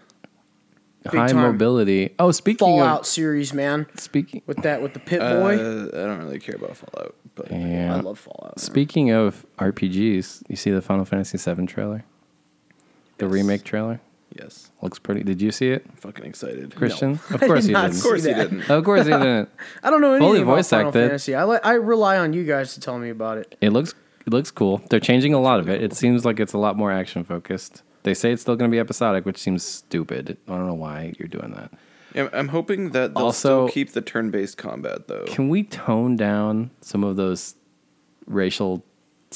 A: High
B: time.
A: mobility. Oh, speaking
B: Fallout
A: of
B: series, man,
A: speaking
B: with that with the Pit
C: Uh,
B: Boy.
C: I don't really care about Fallout, but
A: Yeah.
B: I love Fallout.
A: Speaking of RPGs, you see the Final Fantasy VII trailer, the remake trailer.
C: yes,
A: Looks pretty. Did you see it,
C: I'm fucking excited.
A: Christian? Of course
B: did
A: you
B: not
A: didn't.
C: Of course
B: See
C: he
B: that.
C: didn't.
A: Of course you didn't.
B: I don't know anything
A: Fully
B: about
A: voice
B: Final
A: acted.
B: Fantasy. I, li- I rely on you guys to tell me about it.
A: It looks it looks cool. They're changing a lot of it. It seems like it's a lot more action focused. They say it's still going to be episodic, which seems stupid. I don't know why you're doing that.
C: I'm, I'm hoping that they'll
A: Also-
C: still keep the turn-based combat though.
A: Can we tone down some of those racial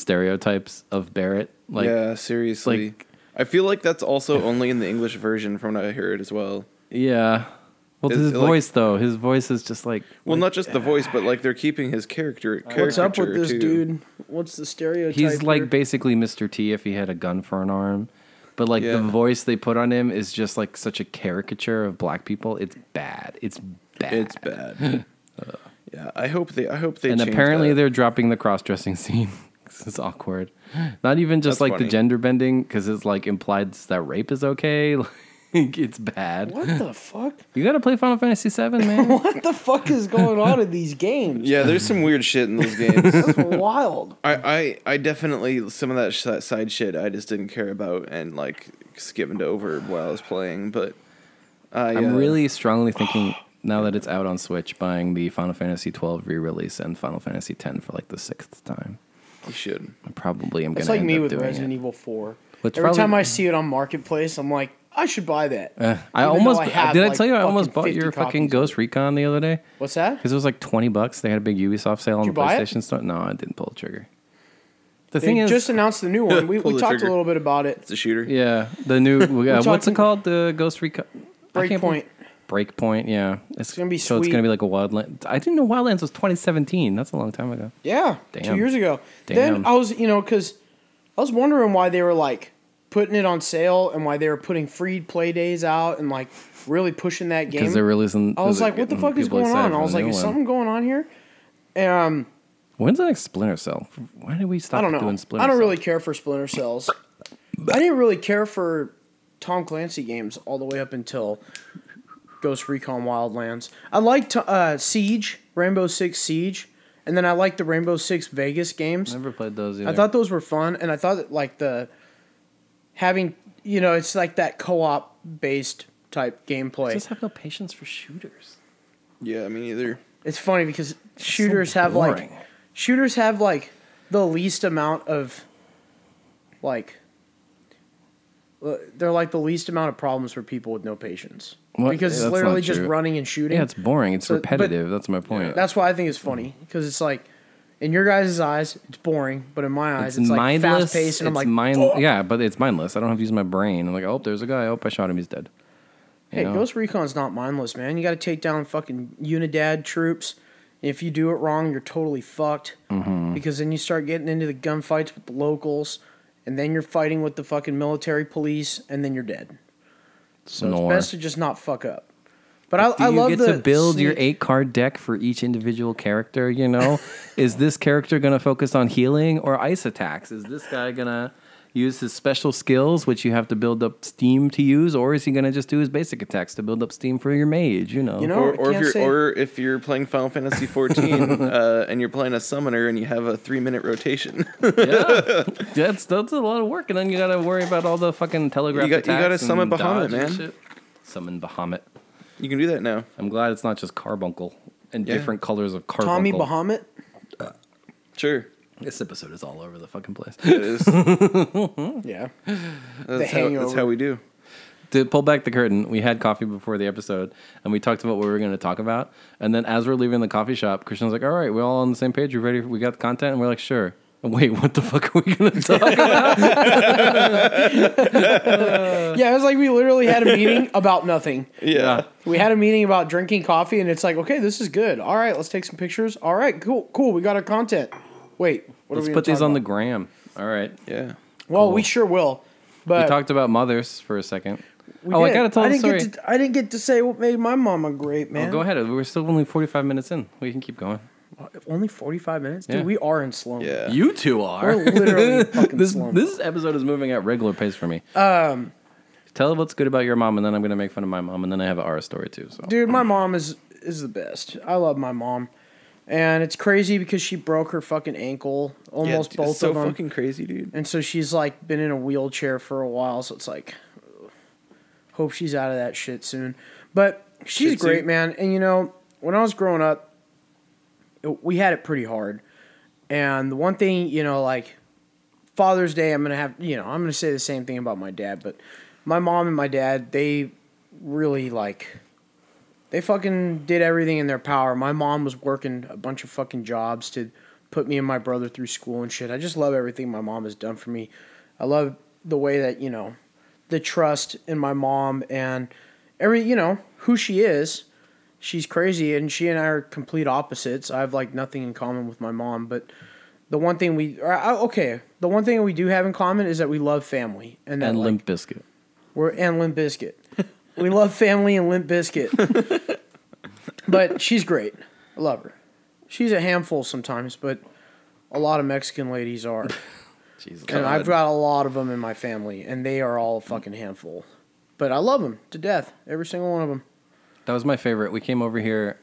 A: stereotypes of Barrett? Like
C: yeah, seriously.
A: like-
C: I feel like that's also only in the English version from what I heard as well.
A: yeah. Well,
C: Is
A: his
C: it like-
A: voice though, his voice is just like
C: Well, not just the voice, but like they're keeping his character.
B: What's up with
C: caricature,
B: this
C: too.
B: dude? What's the stereotype?
A: He's like
B: here?
A: basically Mr. T if he had a gun for an arm. But like
C: Yeah.
A: the voice they put on him is just like such a caricature of black people. It's bad. It's bad.
C: It's bad. Yeah, I hope they. I hope they.
A: and
C: change
A: apparently
C: that.
A: they're dropping the cross-dressing scene 'cause it's awkward not even just
C: That's
A: like
C: funny.
A: the gender bending because it's like implied that rape is okay like it's bad
B: What the fuck?
A: you gotta play final fantasy 7 man
B: What the fuck is going on in these games?
C: Yeah, there's some weird shit in those games.
B: That's wild.
C: I, I, I definitely some of that sh- side shit I just didn't care about and like skimmed over while I was playing. But I,
A: i'm
C: uh,
A: really strongly thinking now that it's out on switch buying the final fantasy 12 re-release and final fantasy 10 for like the sixth time
C: you should.
A: i probably am
B: It's
A: gonna
B: like
A: end
B: me
A: up
B: with
A: doing
B: Resident
A: it.
B: Evil 4.
A: What's
B: Every
A: probably-
B: time I see it on Marketplace, I'm like, I should buy that.
A: Uh, I
B: Even though
A: almost
B: I have,
A: did. I
B: like,
A: tell you, I almost
B: fucking
A: bought
B: 50
A: your fucking
B: copies of
A: Ghost Recon the other day
B: What's that?
A: because it was like twenty bucks. They had a big Ubisoft sale on
B: you
A: the
B: buy it?
A: PlayStation Store. No, I didn't pull the trigger. The
B: They
A: thing is,
B: just announced the new one. We,
C: Pull
B: we
C: the
B: talked
C: trigger.
B: a little bit about it.
C: It's a shooter.
A: Yeah, the new uh, what's
B: talking-
A: it called? The Ghost Recon I can't
B: Breakpoint.
A: believe- Breakpoint. Yeah, it's,
B: gonna be
A: so it's
B: sweet.
A: gonna be like a Wildlands. I didn't know Wildlands was 2017. That's a long time ago.
B: Yeah, two
A: Damn.
B: years ago.
A: Damn.
B: Then I was, you know, because I was wondering why they were like putting it on sale and why they were putting free play days out and like really pushing that game.
A: Because they're releasing.
B: I was
A: 'cause
B: like,
A: they're
B: what the
A: getting
B: fuck is
A: people
B: going
A: excited
B: on?
A: for
B: I
A: the
B: was like,
A: new
B: is
A: one.
B: something going on here? Um,
A: When's the next Splinter Cell? Why did we stop
B: I don't know.
A: doing Splinter?
B: I don't
A: Cell?
B: really care for Splinter Cells. I didn't really care for Tom Clancy games all the way up until Ghost Recon Wildlands. I liked uh, Siege, Rainbow Six Siege, and then I liked the Rainbow Six Vegas games.
A: Never played those either.
B: I thought those were fun, and I thought that, like the having you know it's like that co-op based type
A: I
B: gameplay.
A: just have no patience for shooters.
C: Yeah, me neither.
B: it's funny because shooters have
A: boring.
B: like shooters have like the least amount of like uh, they're like the least amount of problems for people with no patience
A: What?
B: because
A: That's
B: it's literally
A: not
B: just
A: true.
B: running and shooting.
A: Yeah, it's boring. It's
B: So- but-
A: repetitive. That's my point.
B: That's why I think it's funny because it's like. In your guys' eyes, it's boring, but in my eyes, it's, like
A: mindless.
B: fast paced, and
A: it's
B: I'm like,
A: mind-
B: "Fuck."
A: Yeah, but it's mindless. I don't have to use my brain. I'm like, oh, there's a guy. Oh, I shot him. He's dead. You
B: Hey,
A: know?
B: Ghost Recon's not mindless, man. You got to take down fucking Unidad troops. If you do it wrong, you're totally fucked.
A: Mm-hmm.
B: Because then you start getting into the gunfights with the locals, and then you're fighting with the fucking military police, and then you're dead. So
A: Snore.
B: it's best to just not fuck up. But I,
A: Do
B: I
A: you
B: love
A: get
B: the
A: to build your
B: sneak-
A: eight card deck for each individual character? You know, is this character going to focus on healing or ice attacks? Is this guy going to use his special skills, which you have to build up steam to use, or is he going to just do his basic attacks to build up steam for your mage? You know,
B: You know,
C: Or,
B: I
C: or if
B: can't
C: you're
B: say-
C: or if you're playing Final Fantasy 14 uh, and you're playing a summoner and you have a three minute rotation,
A: yeah, that's that's a lot of work, and then you got to worry about all the fucking telegraph.
C: You got- you
A: attacks
C: gotta
A: and
C: summon Bahamut,
A: dodge and
C: man.
A: shit. Summon Bahamut.
C: you can do that now.
A: I'm glad it's not just carbuncle and
C: Yeah.
A: different colors of carbuncle.
B: Tommy Bahamut.
C: Sure,
A: This episode is all over the fucking place.
C: it is. That's,
B: Yeah.
C: how, that's
B: Hangover.
C: how we do.
A: to pull back the curtain, we had coffee before the episode and we talked about what we were going to talk about. And then as we're leaving the coffee shop, Christian was like, all right, we're all on the same page. We're ready. We got the content. And we're like, sure. And Wait, what the fuck are we going to talk about?
B: Yeah, it was like we literally had a meeting about nothing.
C: Yeah,
B: We had a meeting about drinking coffee, and it's like, okay, this is good. All right, let's take some pictures. All right, cool, cool. We got our content. Wait, what
A: Let's
B: are we
A: put
B: gonna
A: these
B: talk
A: on the
B: about?
A: gram. All right.
C: yeah.
B: Well, we sure will. But
A: We talked about mothers for a second.
B: we
A: oh, I
B: did.
A: got to tell
B: I
A: the
B: didn't
A: story.
B: Get to, I didn't get to say what made my mama great, man.
A: Oh, go ahead. We're still only 45 minutes in. We can keep going.
B: Only forty five minutes, dude.
A: Yeah.
B: We are in Sloan.
C: Yeah.
A: You two
B: we're
A: are.
B: literally fucking
A: This,
B: Sloan.
A: this episode is moving at regular pace for me. Um, Tell what's good about your mom, and then I'm going to make fun of my mom, and then I have an R story too. So.
B: dude, my mom is is the best. I love my mom, and it's crazy because she broke her fucking ankle,
C: Yeah,
B: almost
C: dude,
B: both
C: it's so
B: of them.
C: fucking crazy, dude.
B: And so she's like been in a wheelchair for a while, so it's like ugh, hope she's out of that shit soon. But she's
C: Shih Tzu?
B: great, man. And you know, when I was growing up, it- we had it pretty hard. And the one thing, you know, like Father's Day, I'm going to have, you know, I'm going to say the same thing about my dad, but my mom and my dad, they really like they fucking did everything in their power. My mom was working a bunch of fucking jobs to put me and my brother through school and shit. I just love everything my mom has done for me. I love the way that, you know, the trust in my mom and every, you know, who she is. She's crazy and she and I are complete opposites. I have like nothing in common with my mom, but the one thing we or, I- okay, the one thing we do have in common is that we love family and that
A: And
B: like,
A: Limp Biscuit.
B: we're and Limp Biscuit. we love family and Limp Biscuit. but she's great. I love her. she's a handful sometimes, but a lot of Mexican ladies are.
A: Jesus.
B: and I've got a lot of them in my family, and they are all a fucking handful. But I love them to death, every single one of them.
A: That was my favorite. We came over here,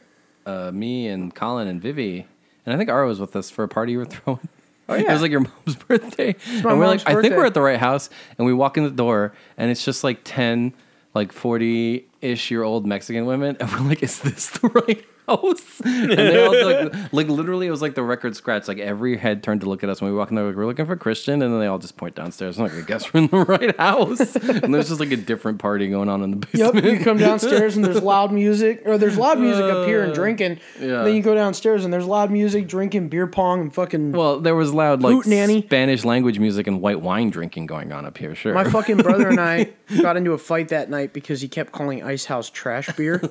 A: uh, me and Colin and Vivi, and I think Ara was with us for a party you were throwing. Oh
B: yeah.
A: it was like your mom's birthday,
B: my
A: and we're
B: mom's
A: like, I think we're
B: birthday.
A: at the right house, and we walk in the door, and it's just like ten, like forty ish year old Mexican women, and we're like, is this the right? House? And they all like, like literally, it was like the record scratch. Like every head turned to look at us when we walk in there. Like we're looking for Christian, and then they all just point downstairs. I'm like, I guess we're in the right house. And there's just like a different party going on in the
B: Yep,
A: basement.
B: you come downstairs and there's loud music, or there's loud music up here and drinking.
A: yeah.
B: Then you go downstairs and there's loud music, drinking, beer pong, and fucking.
A: Well, there was loud like
B: Hoot nanny.
A: Spanish language music and white wine drinking going on up here. Sure.
B: My fucking brother and I got into a fight that night because he kept calling Ice House trash beer.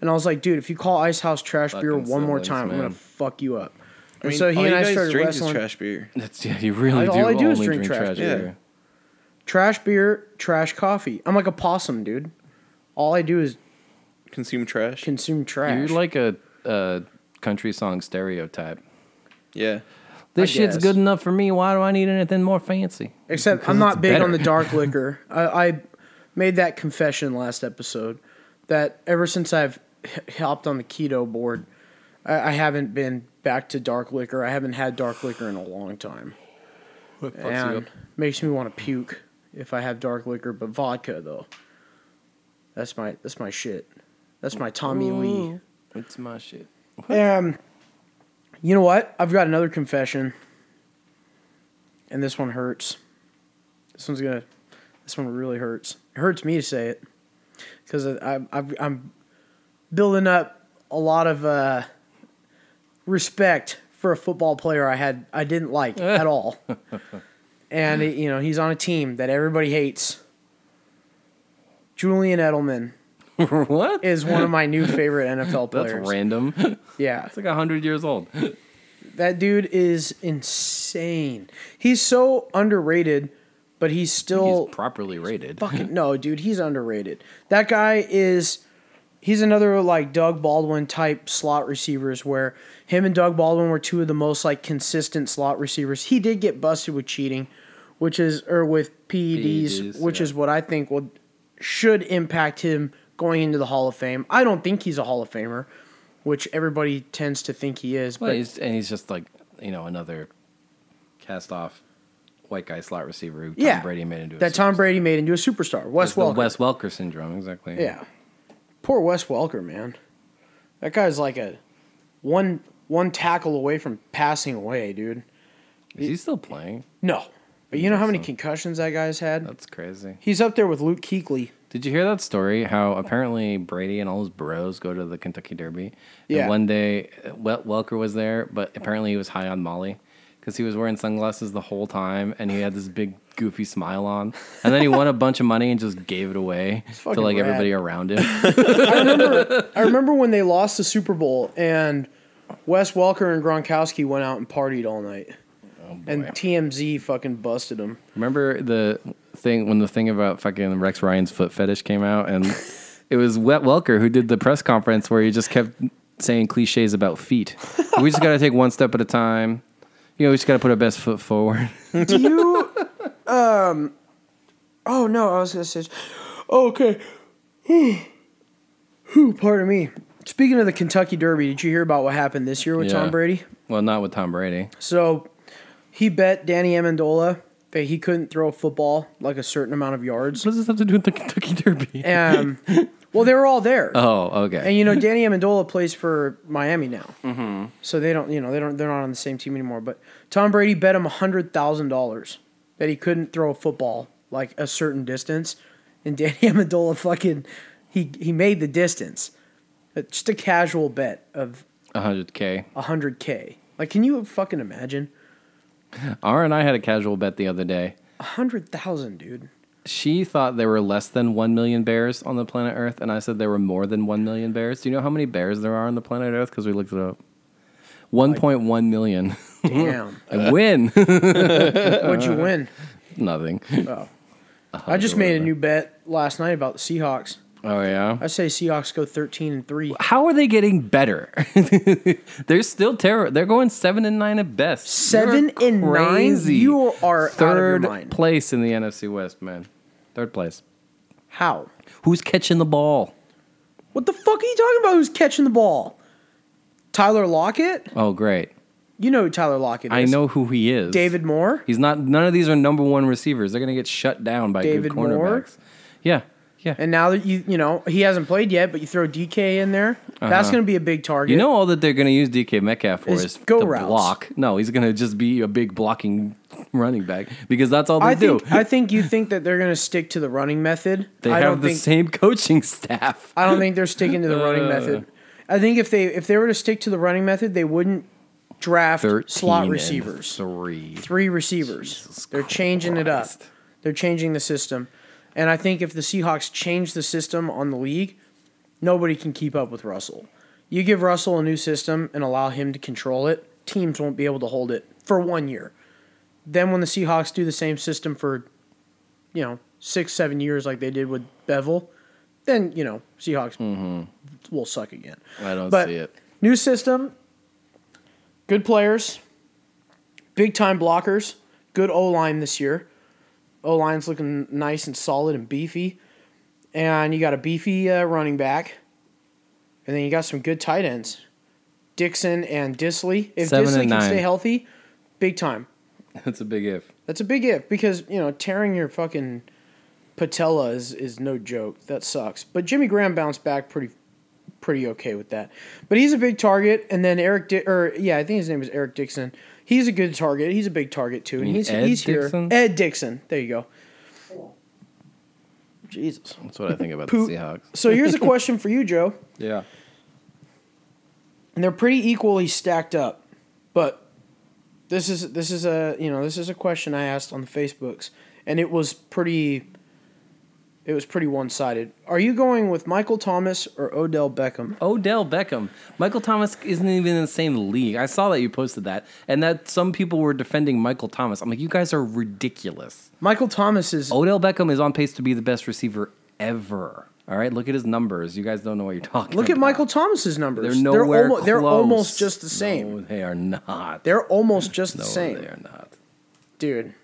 B: and I was like, dude, if you call Ice House trash beer
A: Fucking
B: one more
A: siblings,
B: time, I'm
A: man.
B: going to fuck you up.
C: I mean,
B: so he
C: all
B: and
C: you
B: I
C: guys
B: started
C: drink
B: wrestling.
C: is trash beer.
A: That's yeah. You really
B: All
A: do
B: I do
A: only
B: is
A: drink,
B: drink
A: trash,
B: trash
C: beer.
A: beer.
B: Trash beer, trash coffee. I'm like a possum, dude. All I do is
C: Consume trash.
B: consume trash.
A: You're like a, a country song stereotype.
C: yeah.
A: This
B: I
A: shit's
B: guess.
A: good enough for me. Why do I need anything more fancy?
B: Except I'm not
A: it's
B: big
A: better.
B: on the dark liquor. I, I made that confession last episode that ever since I've h- hopped on the keto board, I, I haven't been back to dark liquor. I haven't had dark liquor in a long time. And makes me want to puke if I have dark liquor, but vodka though. That's my that's my shit. That's my Tommy Lee.
A: It's my shit.
B: Um, you know what? I've got another confession, and this one hurts. This one's gonna. This one really hurts. It hurts me to say it because I, I, I'm building up a lot of uh, respect for a football player I had I didn't like at all, and you know he's on a team that everybody hates. Julian Edelman
A: what?
B: is one of my new favorite NFL
A: That's
B: players.
A: random. it's
B: Yeah,
A: like hundred years old.
B: That dude is insane. He's so underrated, but he's still
A: He's properly rated.
B: fucking no, dude. He's underrated. That guy is. He's another like Doug Baldwin type slot receivers where him and Doug Baldwin were two of the most like consistent slot receivers. He did get busted with cheating, which is or with PEDs,
A: PEDs,
B: which
A: E yeah.
B: is what I think will should impact him going into the Hall of Fame. I don't think he's a Hall of Famer, which everybody tends to think he is,
A: Well,
B: but
A: he's, and he's just like you know another cast off white guy slot receiver who Tom
B: Yeah.
A: Brady made into a
B: that Tom Brady made into a superstar. Wes
A: It's the
B: Welker.
A: Wes Welker syndrome, exactly.
B: yeah. Poor Wes Welker, man. That guy's like a one one tackle away from passing away, dude.
A: Is he still playing?
B: No. But you know how many concussions that guy's had?
A: That's crazy.
B: He's up there with Luke Kuechly.
A: Did you hear that story? How apparently Brady and all his bros go to the Kentucky Derby. And
B: Yeah.
A: one day, Wel- Welker was there, but apparently he was high on Molly because he was wearing sunglasses the whole time and he had this big goofy smile on. And then he won a bunch of money and just gave it away to
B: fucking
A: like
B: rad.
A: everybody around him.
B: I remember when they lost the Super Bowl and Wes Welker and Gronkowski went out and partied all night.
A: Oh,
B: and TMZ fucking busted him.
A: Remember the thing when the thing about fucking Rex Ryan's foot fetish came out, and it was Wet Welker who did the press conference where he just kept saying cliches about feet. we just got to take one step at a time. You know, we just got to put our best foot forward.
B: Do you um oh no i was gonna say oh, okay Whew, pardon me speaking of the kentucky derby did you hear about what happened this year with
A: Yeah.
B: tom brady
A: well, not with Tom Brady.
B: so he bet danny amendola that he couldn't throw a football like a certain amount of yards
A: What does this have to do with the Kentucky Derby?
B: um, well they were all there
A: oh, okay.
B: and you know, Danny Amendola plays for Miami now, mm-hmm. so they don't, you know, they don't, they're not on the same team anymore. But Tom Brady bet him hundred thousand dollars that he couldn't throw a football like a certain distance, and Danny Amendola fucking he he made the distance, It's just a casual bet of
A: 100K.
B: hundred k. Like, can you fucking imagine
A: R and I had a casual bet the other day.
B: hundred thousand, dude?
A: She thought there were less than 1 million bears on the planet Earth, and I said there were more than 1 million bears. Do you know how many bears there are on the planet Earth? Because we looked it up 1.1 million.
B: Damn,
A: I win.
B: what'd you win? Oh.
A: Nothing.
B: I just made a new bet last night about the Seahawks.
A: Oh yeah.
B: I say Seahawks go 13 and 3.
A: How are they getting better? they're still terror. They're going seven and nine at best.
B: 7
A: You're
B: and 9.
A: crazy.
B: You are
A: third
B: out of your mind.
A: place in the NFC West, man. Third place.
B: How?
A: Who's catching the ball?
B: What the fuck are you talking about? Who's catching the ball? Tyler Lockett?
A: Oh, great.
B: You know who Tyler Lockett is.
A: I know who he is.
B: David Moore?
A: He's not. None of these are number one receivers. They're gonna get shut down by
B: David
A: good
B: Moore?
A: cornerbacks. Yeah, yeah.
B: And now that you you know he hasn't played yet, but you throw DK in there, that's going to be a big target.
A: Uh-huh. you know all that they're gonna use DK Metcalf for
B: Is
A: is
B: go
A: to
B: routes.
A: block. No, he's gonna just be a big blocking running back because that's all they
B: I
A: do.
B: think I think you think that they're going to stick to the running method.
A: they
B: I
A: have
B: don't
A: the
B: think
A: same coaching staff.
B: I don't think they're sticking to the running
A: Uh.
B: method. I think if they if they were to stick to the running method, they wouldn't draft slot
A: and
B: receivers.
A: three.
B: three receivers.
A: Jesus
B: They're changing it up.
A: Christ.
B: They're changing the system. And I think if the Seahawks change the system on the league, nobody can keep up with Russell. You give Russell a new system and allow him to control it, teams won't be able to hold it for one year. Then when the Seahawks do the same system for, you know, six, seven years like they did with Bevel, then, you know, Seahawks
A: Mm-hmm.
B: will suck again.
A: I don't
B: But-
A: see it.
B: New system, good players, big time blockers, good O line this year. O line's looking nice and solid and beefy. And you got a beefy uh, running back. And then you got some good tight ends Dixon and Disley. If
A: Seven
B: Disley
A: and
B: can
A: nine.
B: stay healthy, big time.
A: That's a big if.
B: That's a big if because, you know, tearing your fucking patella is, is no joke. That sucks. But Jimmy Graham bounced back pretty pretty okay with that. But he's a big target and then Eric Di- or yeah, I think his name is Eric Dixon. He's a good target. He's a big target too. And
A: mean
B: he's
A: Ed
B: he's
A: Dixon?
B: here. Ed Dixon. There you go. Jesus.
A: That's what I think about
B: Poop.
A: the Seahawks.
B: So here's a question for you, Joe.
A: Yeah.
B: and they're pretty equally stacked up. But this is this is a you know this is a question I asked on the Facebooks, and it was pretty. It was pretty one sided. Are you going with Michael Thomas or Odell Beckham?
A: Odell Beckham. Michael Thomas isn't even in the same league. I saw that you posted that, and that some people were defending Michael Thomas. I'm like, you guys are ridiculous.
B: Michael Thomas is
A: Odell Beckham is on pace to be the best receiver ever. All right, look at his numbers. You guys don't know what you're talking.
B: look at
A: about.
B: Michael Thomas's numbers.
A: They're nowhere.
B: almo- they're
A: close.
B: almost just the same.
A: No, they are not.
B: They're almost just
A: no,
B: the same.
A: They are not.
B: dude.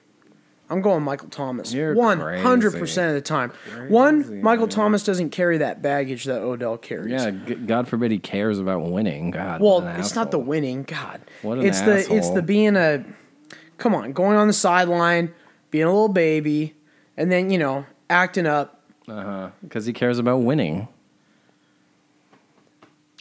B: I'm going Michael Thomas.
A: You're
B: One hundred percent of the time. One, Michael Thomas doesn't carry that baggage that Odell carries.
A: Yeah, g- God forbid he cares about winning. God.
B: Well,
A: what an
B: it's not the
A: asshole.
B: winning. God,
A: What an
B: it's the it's
A: asshole.
B: the being a come on, going on the sideline, being a little baby, and then you know acting up.
A: because he cares about winning.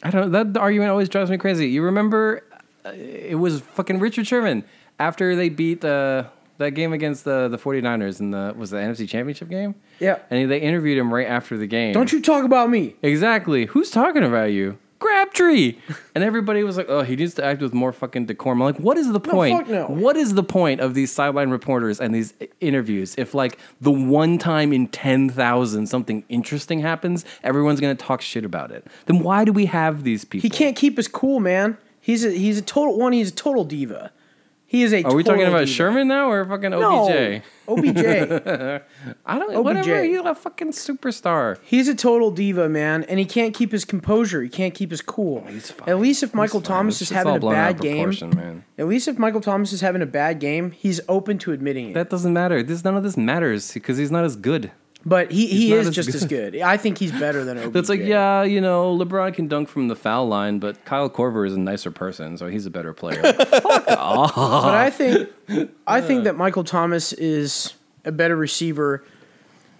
A: I don't. That argument always drives me crazy. You remember, uh, it was fucking Richard Sherman after they beat uh, that game against the the 49ers in the was the NFC Championship game.
B: Yeah.
A: and they interviewed him right after the game.
B: Don't you talk about me?
A: Exactly. Who's talking about you? Crabtree. And everybody was like, "Oh, he needs to act with more fucking decorum." I'm like, what is the point?
B: fuck no.
A: What is the point of these sideline reporters and these eh, interviews? If like the one time in ten thousand something interesting happens, everyone's gonna talk shit about it. Then why do we have these people?
B: He can't keep his cool, man. He's a he's a total one. He's a total diva. He is a.
A: Are we talking
B: total
A: about
B: diva.
A: Sherman now or fucking
B: No,
A: OBJ?
B: OBJ.
A: I don't.
B: OBJ.
A: Whatever. He's a fucking superstar.
B: He's a total diva, man, and he can't keep his composure. He can't keep his cool.
A: Oh, He's fine.
B: At least if Michael
A: It's fine.
B: Thomas is
A: It's- it's
B: having
A: all
B: a
A: blown out of
B: bad game,
A: proportion, man.
B: at least if Michael Thomas is having a bad game, he's open to admitting it.
A: That doesn't matter. This none of this matters because he's not as good.
B: But he, he
A: not
B: is
A: as
B: just
A: good.
B: as good. I think he's better than OBJ.
A: That's like, yeah, you know, LeBron can dunk from the foul line, but Kyle Corver is a nicer person, so he's a better player.
B: But
A: Uh-huh.
B: I think I think that Michael Thomas is a better receiver.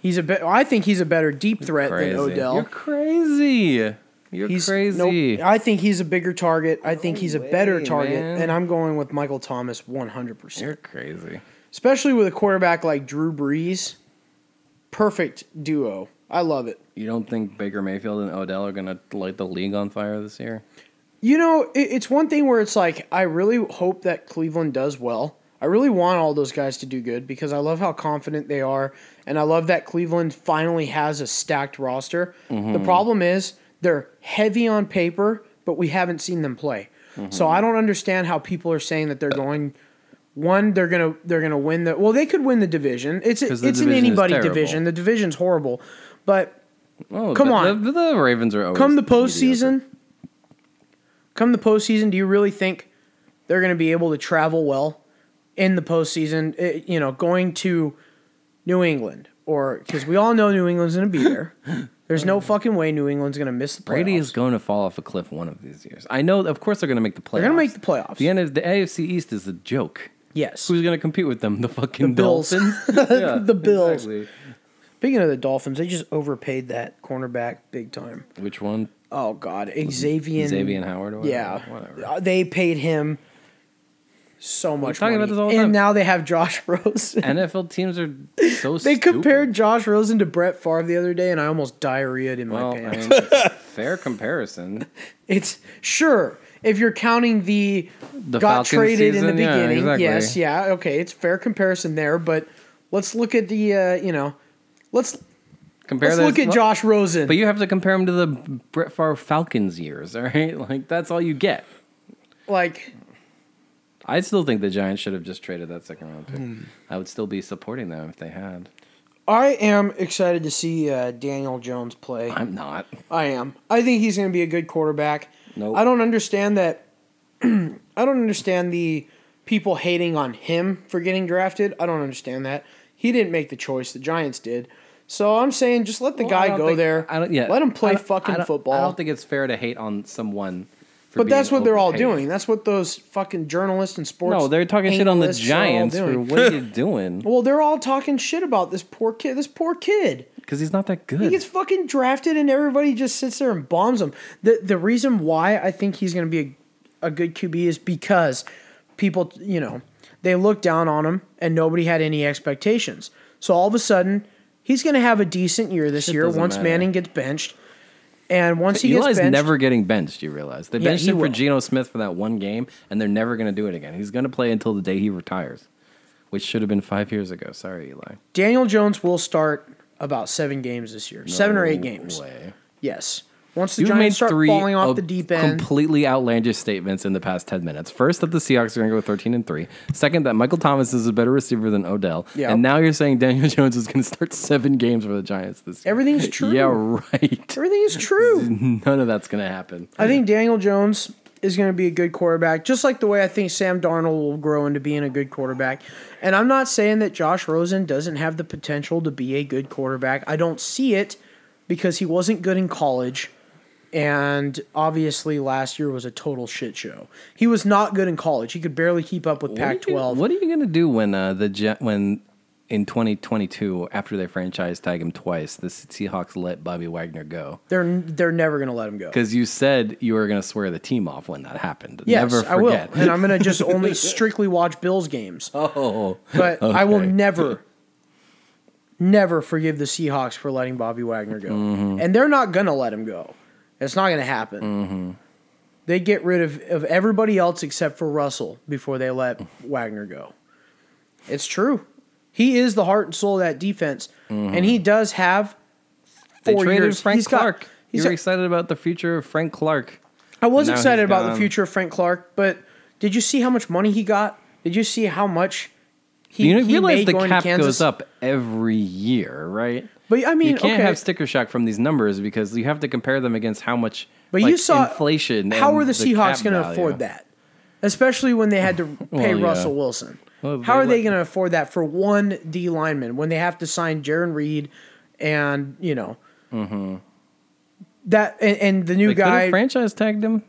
B: He's a be- I think he's a better deep threat
A: crazy.
B: than Odell.
A: You're crazy. You're
B: he's
A: crazy.
B: nope, I think he's a bigger target. I think he's a better
A: way,
B: target,
A: man.
B: and I'm going with Michael Thomas 100. percent
A: You're crazy.
B: Especially with a quarterback like Drew Brees, perfect duo. I love it.
A: You don't think Baker Mayfield and Odell are gonna light the league on fire this year?
B: You know, it, it's one thing where it's like I really hope that Cleveland does well. I really want all those guys to do good because I love how confident they are, and I love that Cleveland finally has a stacked roster. The problem is they're heavy on paper, but we haven't seen them play. So I don't understand how people are saying that they're going. One, they're gonna they're gonna win the well. They could win the division. It's it's
A: 'Cause the
B: an
A: division is
B: anybody
A: terrible.
B: division. The division's horrible, but
A: Oh,
B: Come
A: the-
B: on.
A: The, the Ravens are always
B: Come the
A: mediocre.
B: postseason, come the postseason, do you really think they're going to be able to travel well in the postseason? It, you know, going to New England or because we all know New England's going to be there. There's no fucking way New England's going to miss the playoffs.
A: Brady is going to fall off a cliff one of these years. I know. Of course, they're going to make the playoffs.
B: they're going to make the playoffs.
A: The end of the AFC East is a joke.
B: yes,
A: Who's going to compete with them? The fucking
B: Bills.
A: Dolphins. Yeah,
B: The Bills.
A: exactly.
B: Speaking of the Dolphins, they just overpaid that cornerback big time.
A: Which one?
B: Oh God, Xavier.
A: Xavier Howard. Or whatever.
B: Yeah,
A: Whatever.
B: Uh, they paid him so much
A: talking
B: money,
A: about this all the
B: and
A: time.
B: now they have Josh Rosen.
A: NFL teams are so.
B: they compared Josh Rosen to Brett Favre the other day, and I almost diarrheaed in my
A: Well, I
B: pants.
A: mean, it's a fair comparison.
B: It's sure if you're counting the,
A: The
B: got
A: Falcons
B: traded in the
A: season, yeah,
B: beginning.
A: exactly.
B: Yes, yeah, okay, it's fair comparison there, but let's look at the uh, you know, let's
A: Compare.
B: let's
A: those-
B: look at Josh Rosen.
A: But you have to compare him to the Brett Favre Falcons years, all right? Like that's all you get.
B: like
A: I still think the Giants should have just traded that second round pick.
B: Hmm.
A: I would still be supporting them if they had.
B: I am excited to see uh, Daniel Jones play.
A: I'm not.
B: I am. I think he's going to be a good quarterback.
A: Nope.
B: I don't understand that. I don't understand the people hating on him for getting drafted. I don't understand that. He didn't make the choice. The Giants did. So I'm saying just let the
A: I
B: guy
A: don't
B: go
A: think-
B: there.
A: I don't. Yeah.
B: Let him
A: I
B: play
A: don't- I
B: fucking
A: don't-
B: football.
A: I don't think it's fair to hate on someone. For
B: but
A: being
B: that's what they're all
A: overpaid.
B: doing. That's what those fucking journalists and sports.
A: No, they're talking shit on the
B: analysts are all
A: Giants for
B: doing.
A: what are you doing?
B: Well, they're all talking shit about this poor kid. This poor kid.
A: Because he's not that good.
B: He gets fucking drafted and everybody just sits there and bombs him. The the reason why I think he's going to be a, a good QB is because people, you know, they looked down on him and nobody had any expectations. So all of a sudden, he's going to have a decent year this
A: Shit
B: year
A: doesn't
B: once
A: matter.
B: Manning gets benched. And once he
A: Eli's
B: gets benched,
A: never getting benched. You realize they
B: Yeah,
A: benched
B: he
A: him for
B: will.
A: Geno Smith for that one game, and they're never going to do it again. He's going to play until the day he retires, which should have been five years ago. Sorry, Eli.
B: Daniel Jones will start about seven games this year, seven or eight games.
A: Way.
B: Yes. Once the
A: You've made
B: Giants start
A: three
B: falling off
A: ob-
B: the deep end,
A: completely outrageous statements in the past ten minutes. First, that the Seahawks are going to go thirteen and three. Second, that Michael Thomas is a better receiver than Odell.
B: Yeah.
A: And now you're saying Daniel Jones is going to start seven games for the Giants this year.
B: Everything's true.
A: Yeah, right.
B: everything is true.
A: None of that's going to happen.
B: I think Daniel Jones is going to be a good quarterback, just like the way I think Sam Darnold will grow into being a good quarterback. And I'm not saying that Josh Rosen doesn't have the potential to be a good quarterback. I don't see it because he wasn't good in college. And obviously, last year was a total shit show. He was not good in college. He could barely keep up with Pac
A: What are you-
B: 12.
A: What are you going to do when uh, the Jet, when in 2022 after they franchise tag him twice, the Seahawks let Bobby Wagner go?
B: They're, they're never going to let him go.
A: Because you said you were going to swear the team off when that happened.
B: Yes,
A: Never
B: I will.
A: forget.
B: And I'm going to just only strictly watch Bills games.
A: oh,
B: But I will
A: okay.
B: never, never forgive the Seahawks for letting Bobby Wagner go. And they're not going to let him go. It's not going to happen. They get rid of, of everybody else except for Russell before they let Wagner go. It's true. He is the heart and soul of that defense. And he does have
A: They
B: four
A: traded
B: years.
A: Frank
B: He's got-
A: Clark.
B: he's
A: you were
B: got-
A: excited about the future of Frank Clark.
B: I was
A: Now
B: excited
A: he's
B: about the
A: gone.
B: future of Frank Clark, but did you see how much money he got? Did you see how much he,
A: You
B: he
A: realize
B: made
A: the
B: going
A: cap
B: to Kansas?
A: goes up every year, right?
B: But I mean,
A: you can't
B: okay.
A: have sticker shock from these numbers because you have to compare them against how much.
B: But
A: like,
B: you saw
A: inflation.
B: How
A: and
B: are the, Seahawks
A: cap
B: going to
A: value.
B: afford that? Especially when they had to pay
A: Well, yeah.
B: Russell Wilson.
A: Well,
B: how are
A: they
B: they going to afford that for one D lineman when they have to sign Jaron Reed and you know that and, and the new
A: Mm-hmm. They could
B: guy
A: have franchise tagged him.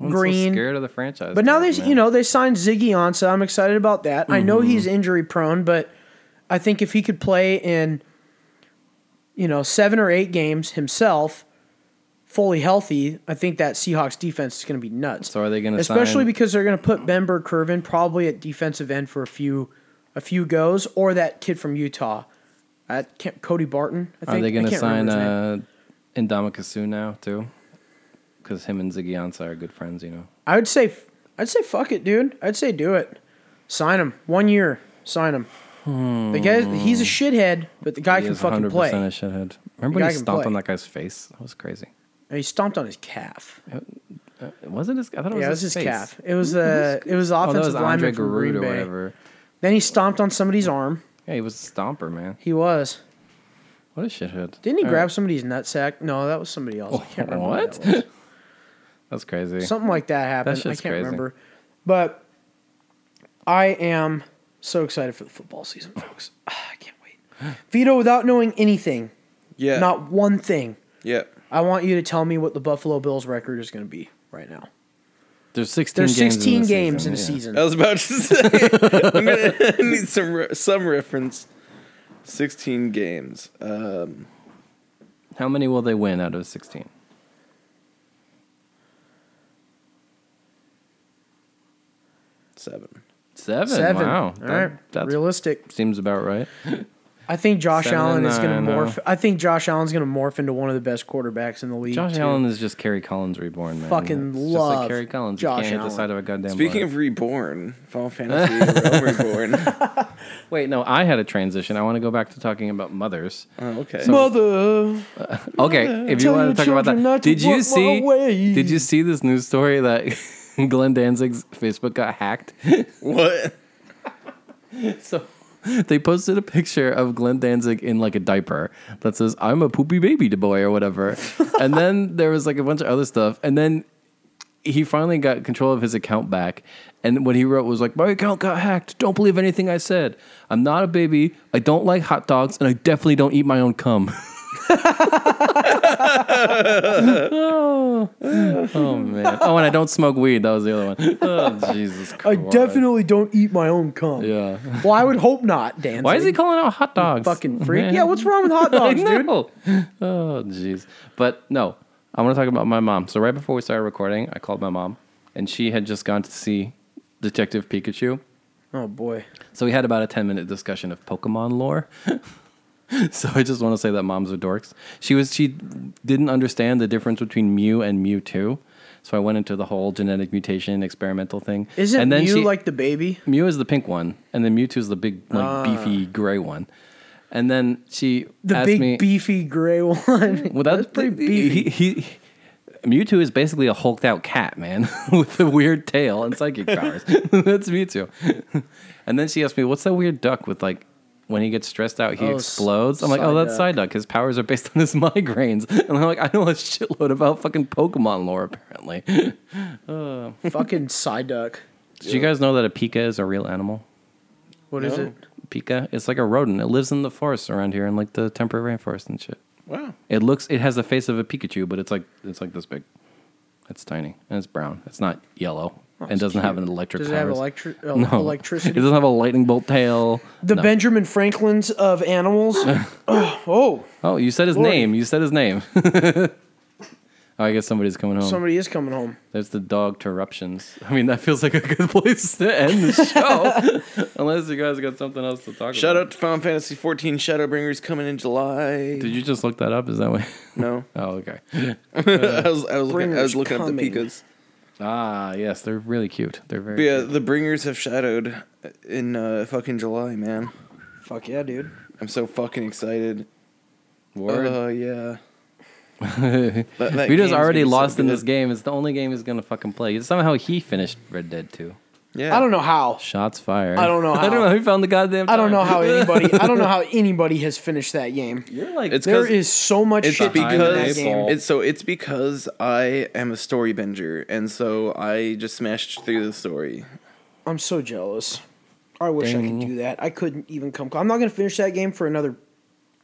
A: I'm so
B: Green.
A: scared of the franchise.
B: But now
A: tag,
B: they,
A: man.
B: you know, they signed Ziggy Ansah. I'm excited about that. I know
A: Mm-hmm.
B: he's injury prone, but I think if he could play in, you know, seven or eight games himself, fully healthy, I think that Seahawks defense is going to be nuts.
A: So are they gonna
B: especially
A: sign-
B: because they're going to put Ben Burkervin probably at defensive end for a few, a few goes, or that kid from Utah, at Camp Cody Barton. I
A: Are
B: think.
A: they going
B: I
A: to
B: can't remember
A: sign
B: his name.
A: uh, Indama Sue now too? Because him and Ziggy Ansah are good friends, you know.
B: I would say, I'd say fuck it, dude. I'd say do it. Sign him. One year. Sign him. The guy, he's a shithead, but the guy
A: He
B: can
A: is
B: fucking
A: 100% a
B: play.
A: shithead. Remember
B: The
A: when
B: guy
A: he
B: can
A: stomped
B: play.
A: on that guy's face? That was crazy.
B: He stomped on his calf.
A: Was it his? I thought it was,
B: yeah, it was his
A: his, face.
B: calf. It was the it was the
A: Oh, that
B: offensive
A: was Andre
B: lineman from
A: Giroud
B: Green
A: or
B: Bay.
A: whatever.
B: Then he stomped on somebody's arm.
A: Yeah, he was a stomper, man.
B: He was.
A: What a shithead. Uh,
B: Didn't he
A: All
B: grab somebody's nutsack? No, that was somebody else. I can't remember. who
A: What?
B: that was.
A: That's crazy.
B: Something like that happened. I
A: shit's
B: can't
A: crazy.
B: remember. But I am so excited for the football season, folks. Ah, I can't wait. Vito, without knowing anything,
C: Yeah.
B: not one thing,
C: Yeah.
B: I want you to tell me what the Buffalo Bills record is going to be right now.
A: There's 16
B: There's
A: games
B: 16
A: in a
B: games
A: season.
B: in a
A: yeah.
B: season.
C: I was about to say. I'm gonna need some re- some reference. Sixteen games. Um,
A: How many will they win out of 16?
C: seven.
A: Seven.
B: Seven.
A: Wow.
B: All
A: That-
B: right.
A: that's-
B: Realistic.
A: Seems about right.
B: I think Josh
A: Seven
B: Allen
A: and
B: is going
A: nine,
B: to
A: uh,
B: morph. I think Josh Allen's going to morph into one of the best quarterbacks in the league.
A: Josh
B: too.
A: Allen is just Kerry Collins reborn, man.
B: Fucking
A: It's Just
B: love
A: like Kerry Collins.
B: Josh
A: you can't hit
B: Allen.
A: the side of a goddamn
C: Speaking
A: bar.
C: of reborn, Final Fantasy Realm Reborn.
A: Wait, no, I had a transition. I want to go back to talking about mothers.
C: Oh, okay.
B: Mother,
A: Okay, if you
B: Tell
A: want
B: your
A: to talk about
B: children not
A: that,
B: to
A: did you
B: walk
A: see?
B: away.
A: Did you see this news story that Glenn Danzig's Facebook got hacked?
C: what?
A: so they posted a picture of Glenn Danzig in like a diaper that says "I'm a poopy baby boy" or whatever, and then there was like a bunch of other stuff, and then he finally got control of his account back, and what he wrote was like, "My account got hacked. Don't believe anything I said. I'm not a baby. I don't like hot dogs, and I definitely don't eat my own cum." oh. Oh, man! Oh, and I don't smoke weed. That was the other one. Oh, Jesus
B: I
A: Christ!
B: definitely don't eat my own cum.
A: yeah.
B: Well, I would hope not, Dan.
A: Why is he calling out hot dogs?
B: fucking freak? Yeah, what's wrong with hot dogs, dude?
A: dude? Oh, jeez. But no, I want to talk about my mom. So right before we started recording, I called my mom, and she had just gone to see Detective Pikachu.
B: Oh boy.
A: So we had about a 10 minute discussion of Pokemon lore. so I just want to say that moms are dorks. She was she didn't understand the difference between Mew and Mewtwo. So I went into the whole genetic mutation experimental thing.
B: Isn't
A: and then
B: you
A: she-
B: like the baby?
A: Mew is the pink one, and then Mewtwo is the big, like, beefy gray one. And then she
B: Ah. The
A: asked
B: big
A: me,
B: beefy gray one.
A: well, that-
B: pretty
A: he-
B: beefy.
A: He, he, Mewtwo is basically a hulked out cat, man, with a weird tail and psychic powers. That's Mewtwo. and then she asked me, "What's that weird duck with like?" When he gets stressed out, he
B: Oh,
A: explodes. I'm like, oh, that's
B: Psyduck.
A: Psyduck. His powers are based on his migraines. And I'm like, I know a shitload about fucking Pokemon lore, apparently. Did
B: fucking Psyduck.
A: you guys know that a Pika is a real animal?
B: What is
C: No.
B: it?
A: Pika. It's like a rodent. It lives in the forests around here in like the temperate rainforest and shit.
C: Wow.
A: It looks it has the face of a Pikachu, but it's like it's like this big. It's tiny and it's brown. It's not yellow. and doesn't have an electric
B: Oh, Does it have
A: powers.
B: electri- el-
A: No. It
B: electricity?
A: doesn't have a lightning bolt tail.
B: The
A: No.
B: Benjamin Franklins of animals. oh, oh,
A: Oh, you said his
B: Lordy.
A: name. You said his name. Oh, I guess somebody's coming home.
B: somebody is coming home.
A: There's the dog terruptions. I mean, that feels like a good place to end the show. Unless you guys got something else to talk about.
C: Shout out to Final Fantasy 14 Shadowbringers coming in July.
A: Did you just look that up? Is that way?
C: no.
A: Oh, okay.
C: I was I was looking, I
B: Bringers
C: was looking up the
B: coming.
C: Pikas.
A: Ah, yes, they're really cute. They're very.
C: But yeah, the Bringers have shadowed in uh, fucking July, man.
B: Fuck yeah, dude.
C: I'm so fucking excited.
A: Word.
B: uh,
C: Oh yeah. that, that
A: Vito's already
C: game's gonna be so
A: lost in
C: good.
A: this game. It's the only game he's gonna fucking play. Somehow he finished Red Dead 2.
C: Yeah.
B: I don't know how.
A: Shots fired.
B: I don't know
A: I don't
B: how.
A: know. He found the goddamn.
B: I don't know
A: time.
B: how anybody. I don't know how anybody has finished that game.
A: You're like
C: It's
B: There
C: 'cause-
B: is so much
C: It's
B: shit because, in that
C: because
A: they
B: game.
A: fall.
C: it's so it's because I am a story binger, and so I just smashed through the story.
B: I'm so jealous. I wish I could do that. I couldn't even come. I'm not gonna finish that game for another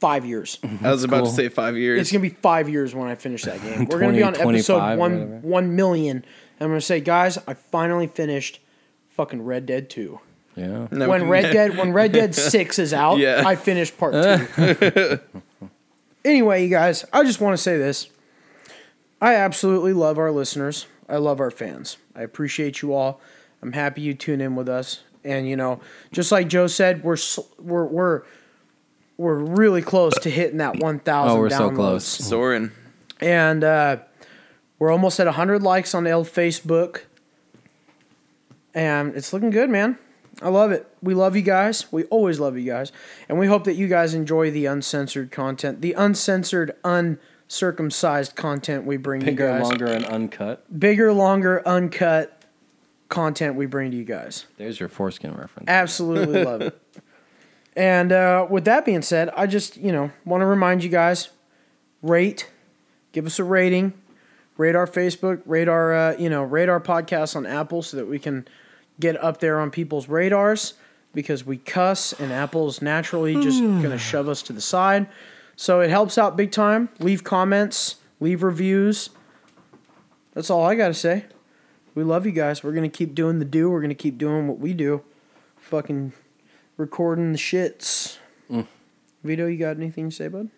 B: five years.
C: I was about
A: Mm-hmm. Cool.
C: to say five
B: It's
C: years.
B: gonna be five years when I finish that game. We're gonna be on
A: 20,
B: episode
A: 25,
B: one
A: whatever.
B: one million. And I'm gonna say, guys, I finally finished fucking Red Dead Two.
A: yeah.
C: No,
B: when
C: can-
B: Red Dead when Red Dead Six is out,
C: Yeah.
B: I finished part two. anyway, you guys, I just want to say this: I absolutely love our listeners. I love our fans. I appreciate you all. I'm happy you tune in with us. And you know, just like Joe said, we're s- we're we're we're really close to hitting that 1,000.
A: Oh, we're so
B: downloads.
A: close.
C: Soren.
B: And uh, we're almost at 100 likes on El Facebook. And it's looking good, man. I love it. We love you guys. We always love you guys. And we hope that you guys enjoy the uncensored content, the uncensored, uncircumcised content we bring
A: Bigger,
B: you guys.
A: longer, and uncut.
B: Bigger, longer, uncut content we bring to you guys.
A: There's your foreskin reference.
B: Absolutely love it. And uh, with that being said, I just, you know, want to remind you guys rate, give us a rating, rate our Facebook, rate our, uh, you know, rate our podcast on Apple so that we can get up there on people's radars because we cuss and Apple's naturally just going to shove us to the side. So it helps out big time. Leave comments, leave reviews. That's all I got to say. We love you guys. We're going to keep doing the do. We're going to keep doing what we do. Fucking recording the shits. Vito, you got anything to say, bud?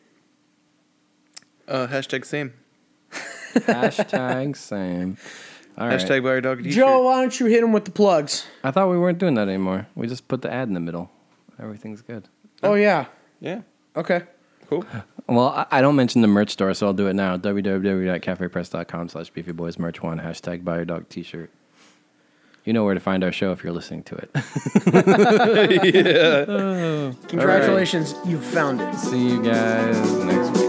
C: Uh, hashtag same.
A: Hashtag same. All right.
C: Hashtag buy your dog a t-shirt.
B: Joe, why don't you hit him with the plugs?
A: I thought we weren't doing that anymore. We just put the ad in the middle. Everything's good.
B: Oh, yeah.
C: Yeah.
B: Okay.
C: Cool.
A: Well, I- I don't mention the merch store, so I'll do it now. www.cafepress.com slash beefyboys merch one hashtag buy your dog t-shirt. You know where to find our show if you're listening to it.
B: Congratulations. You found it.
A: See you guys next week.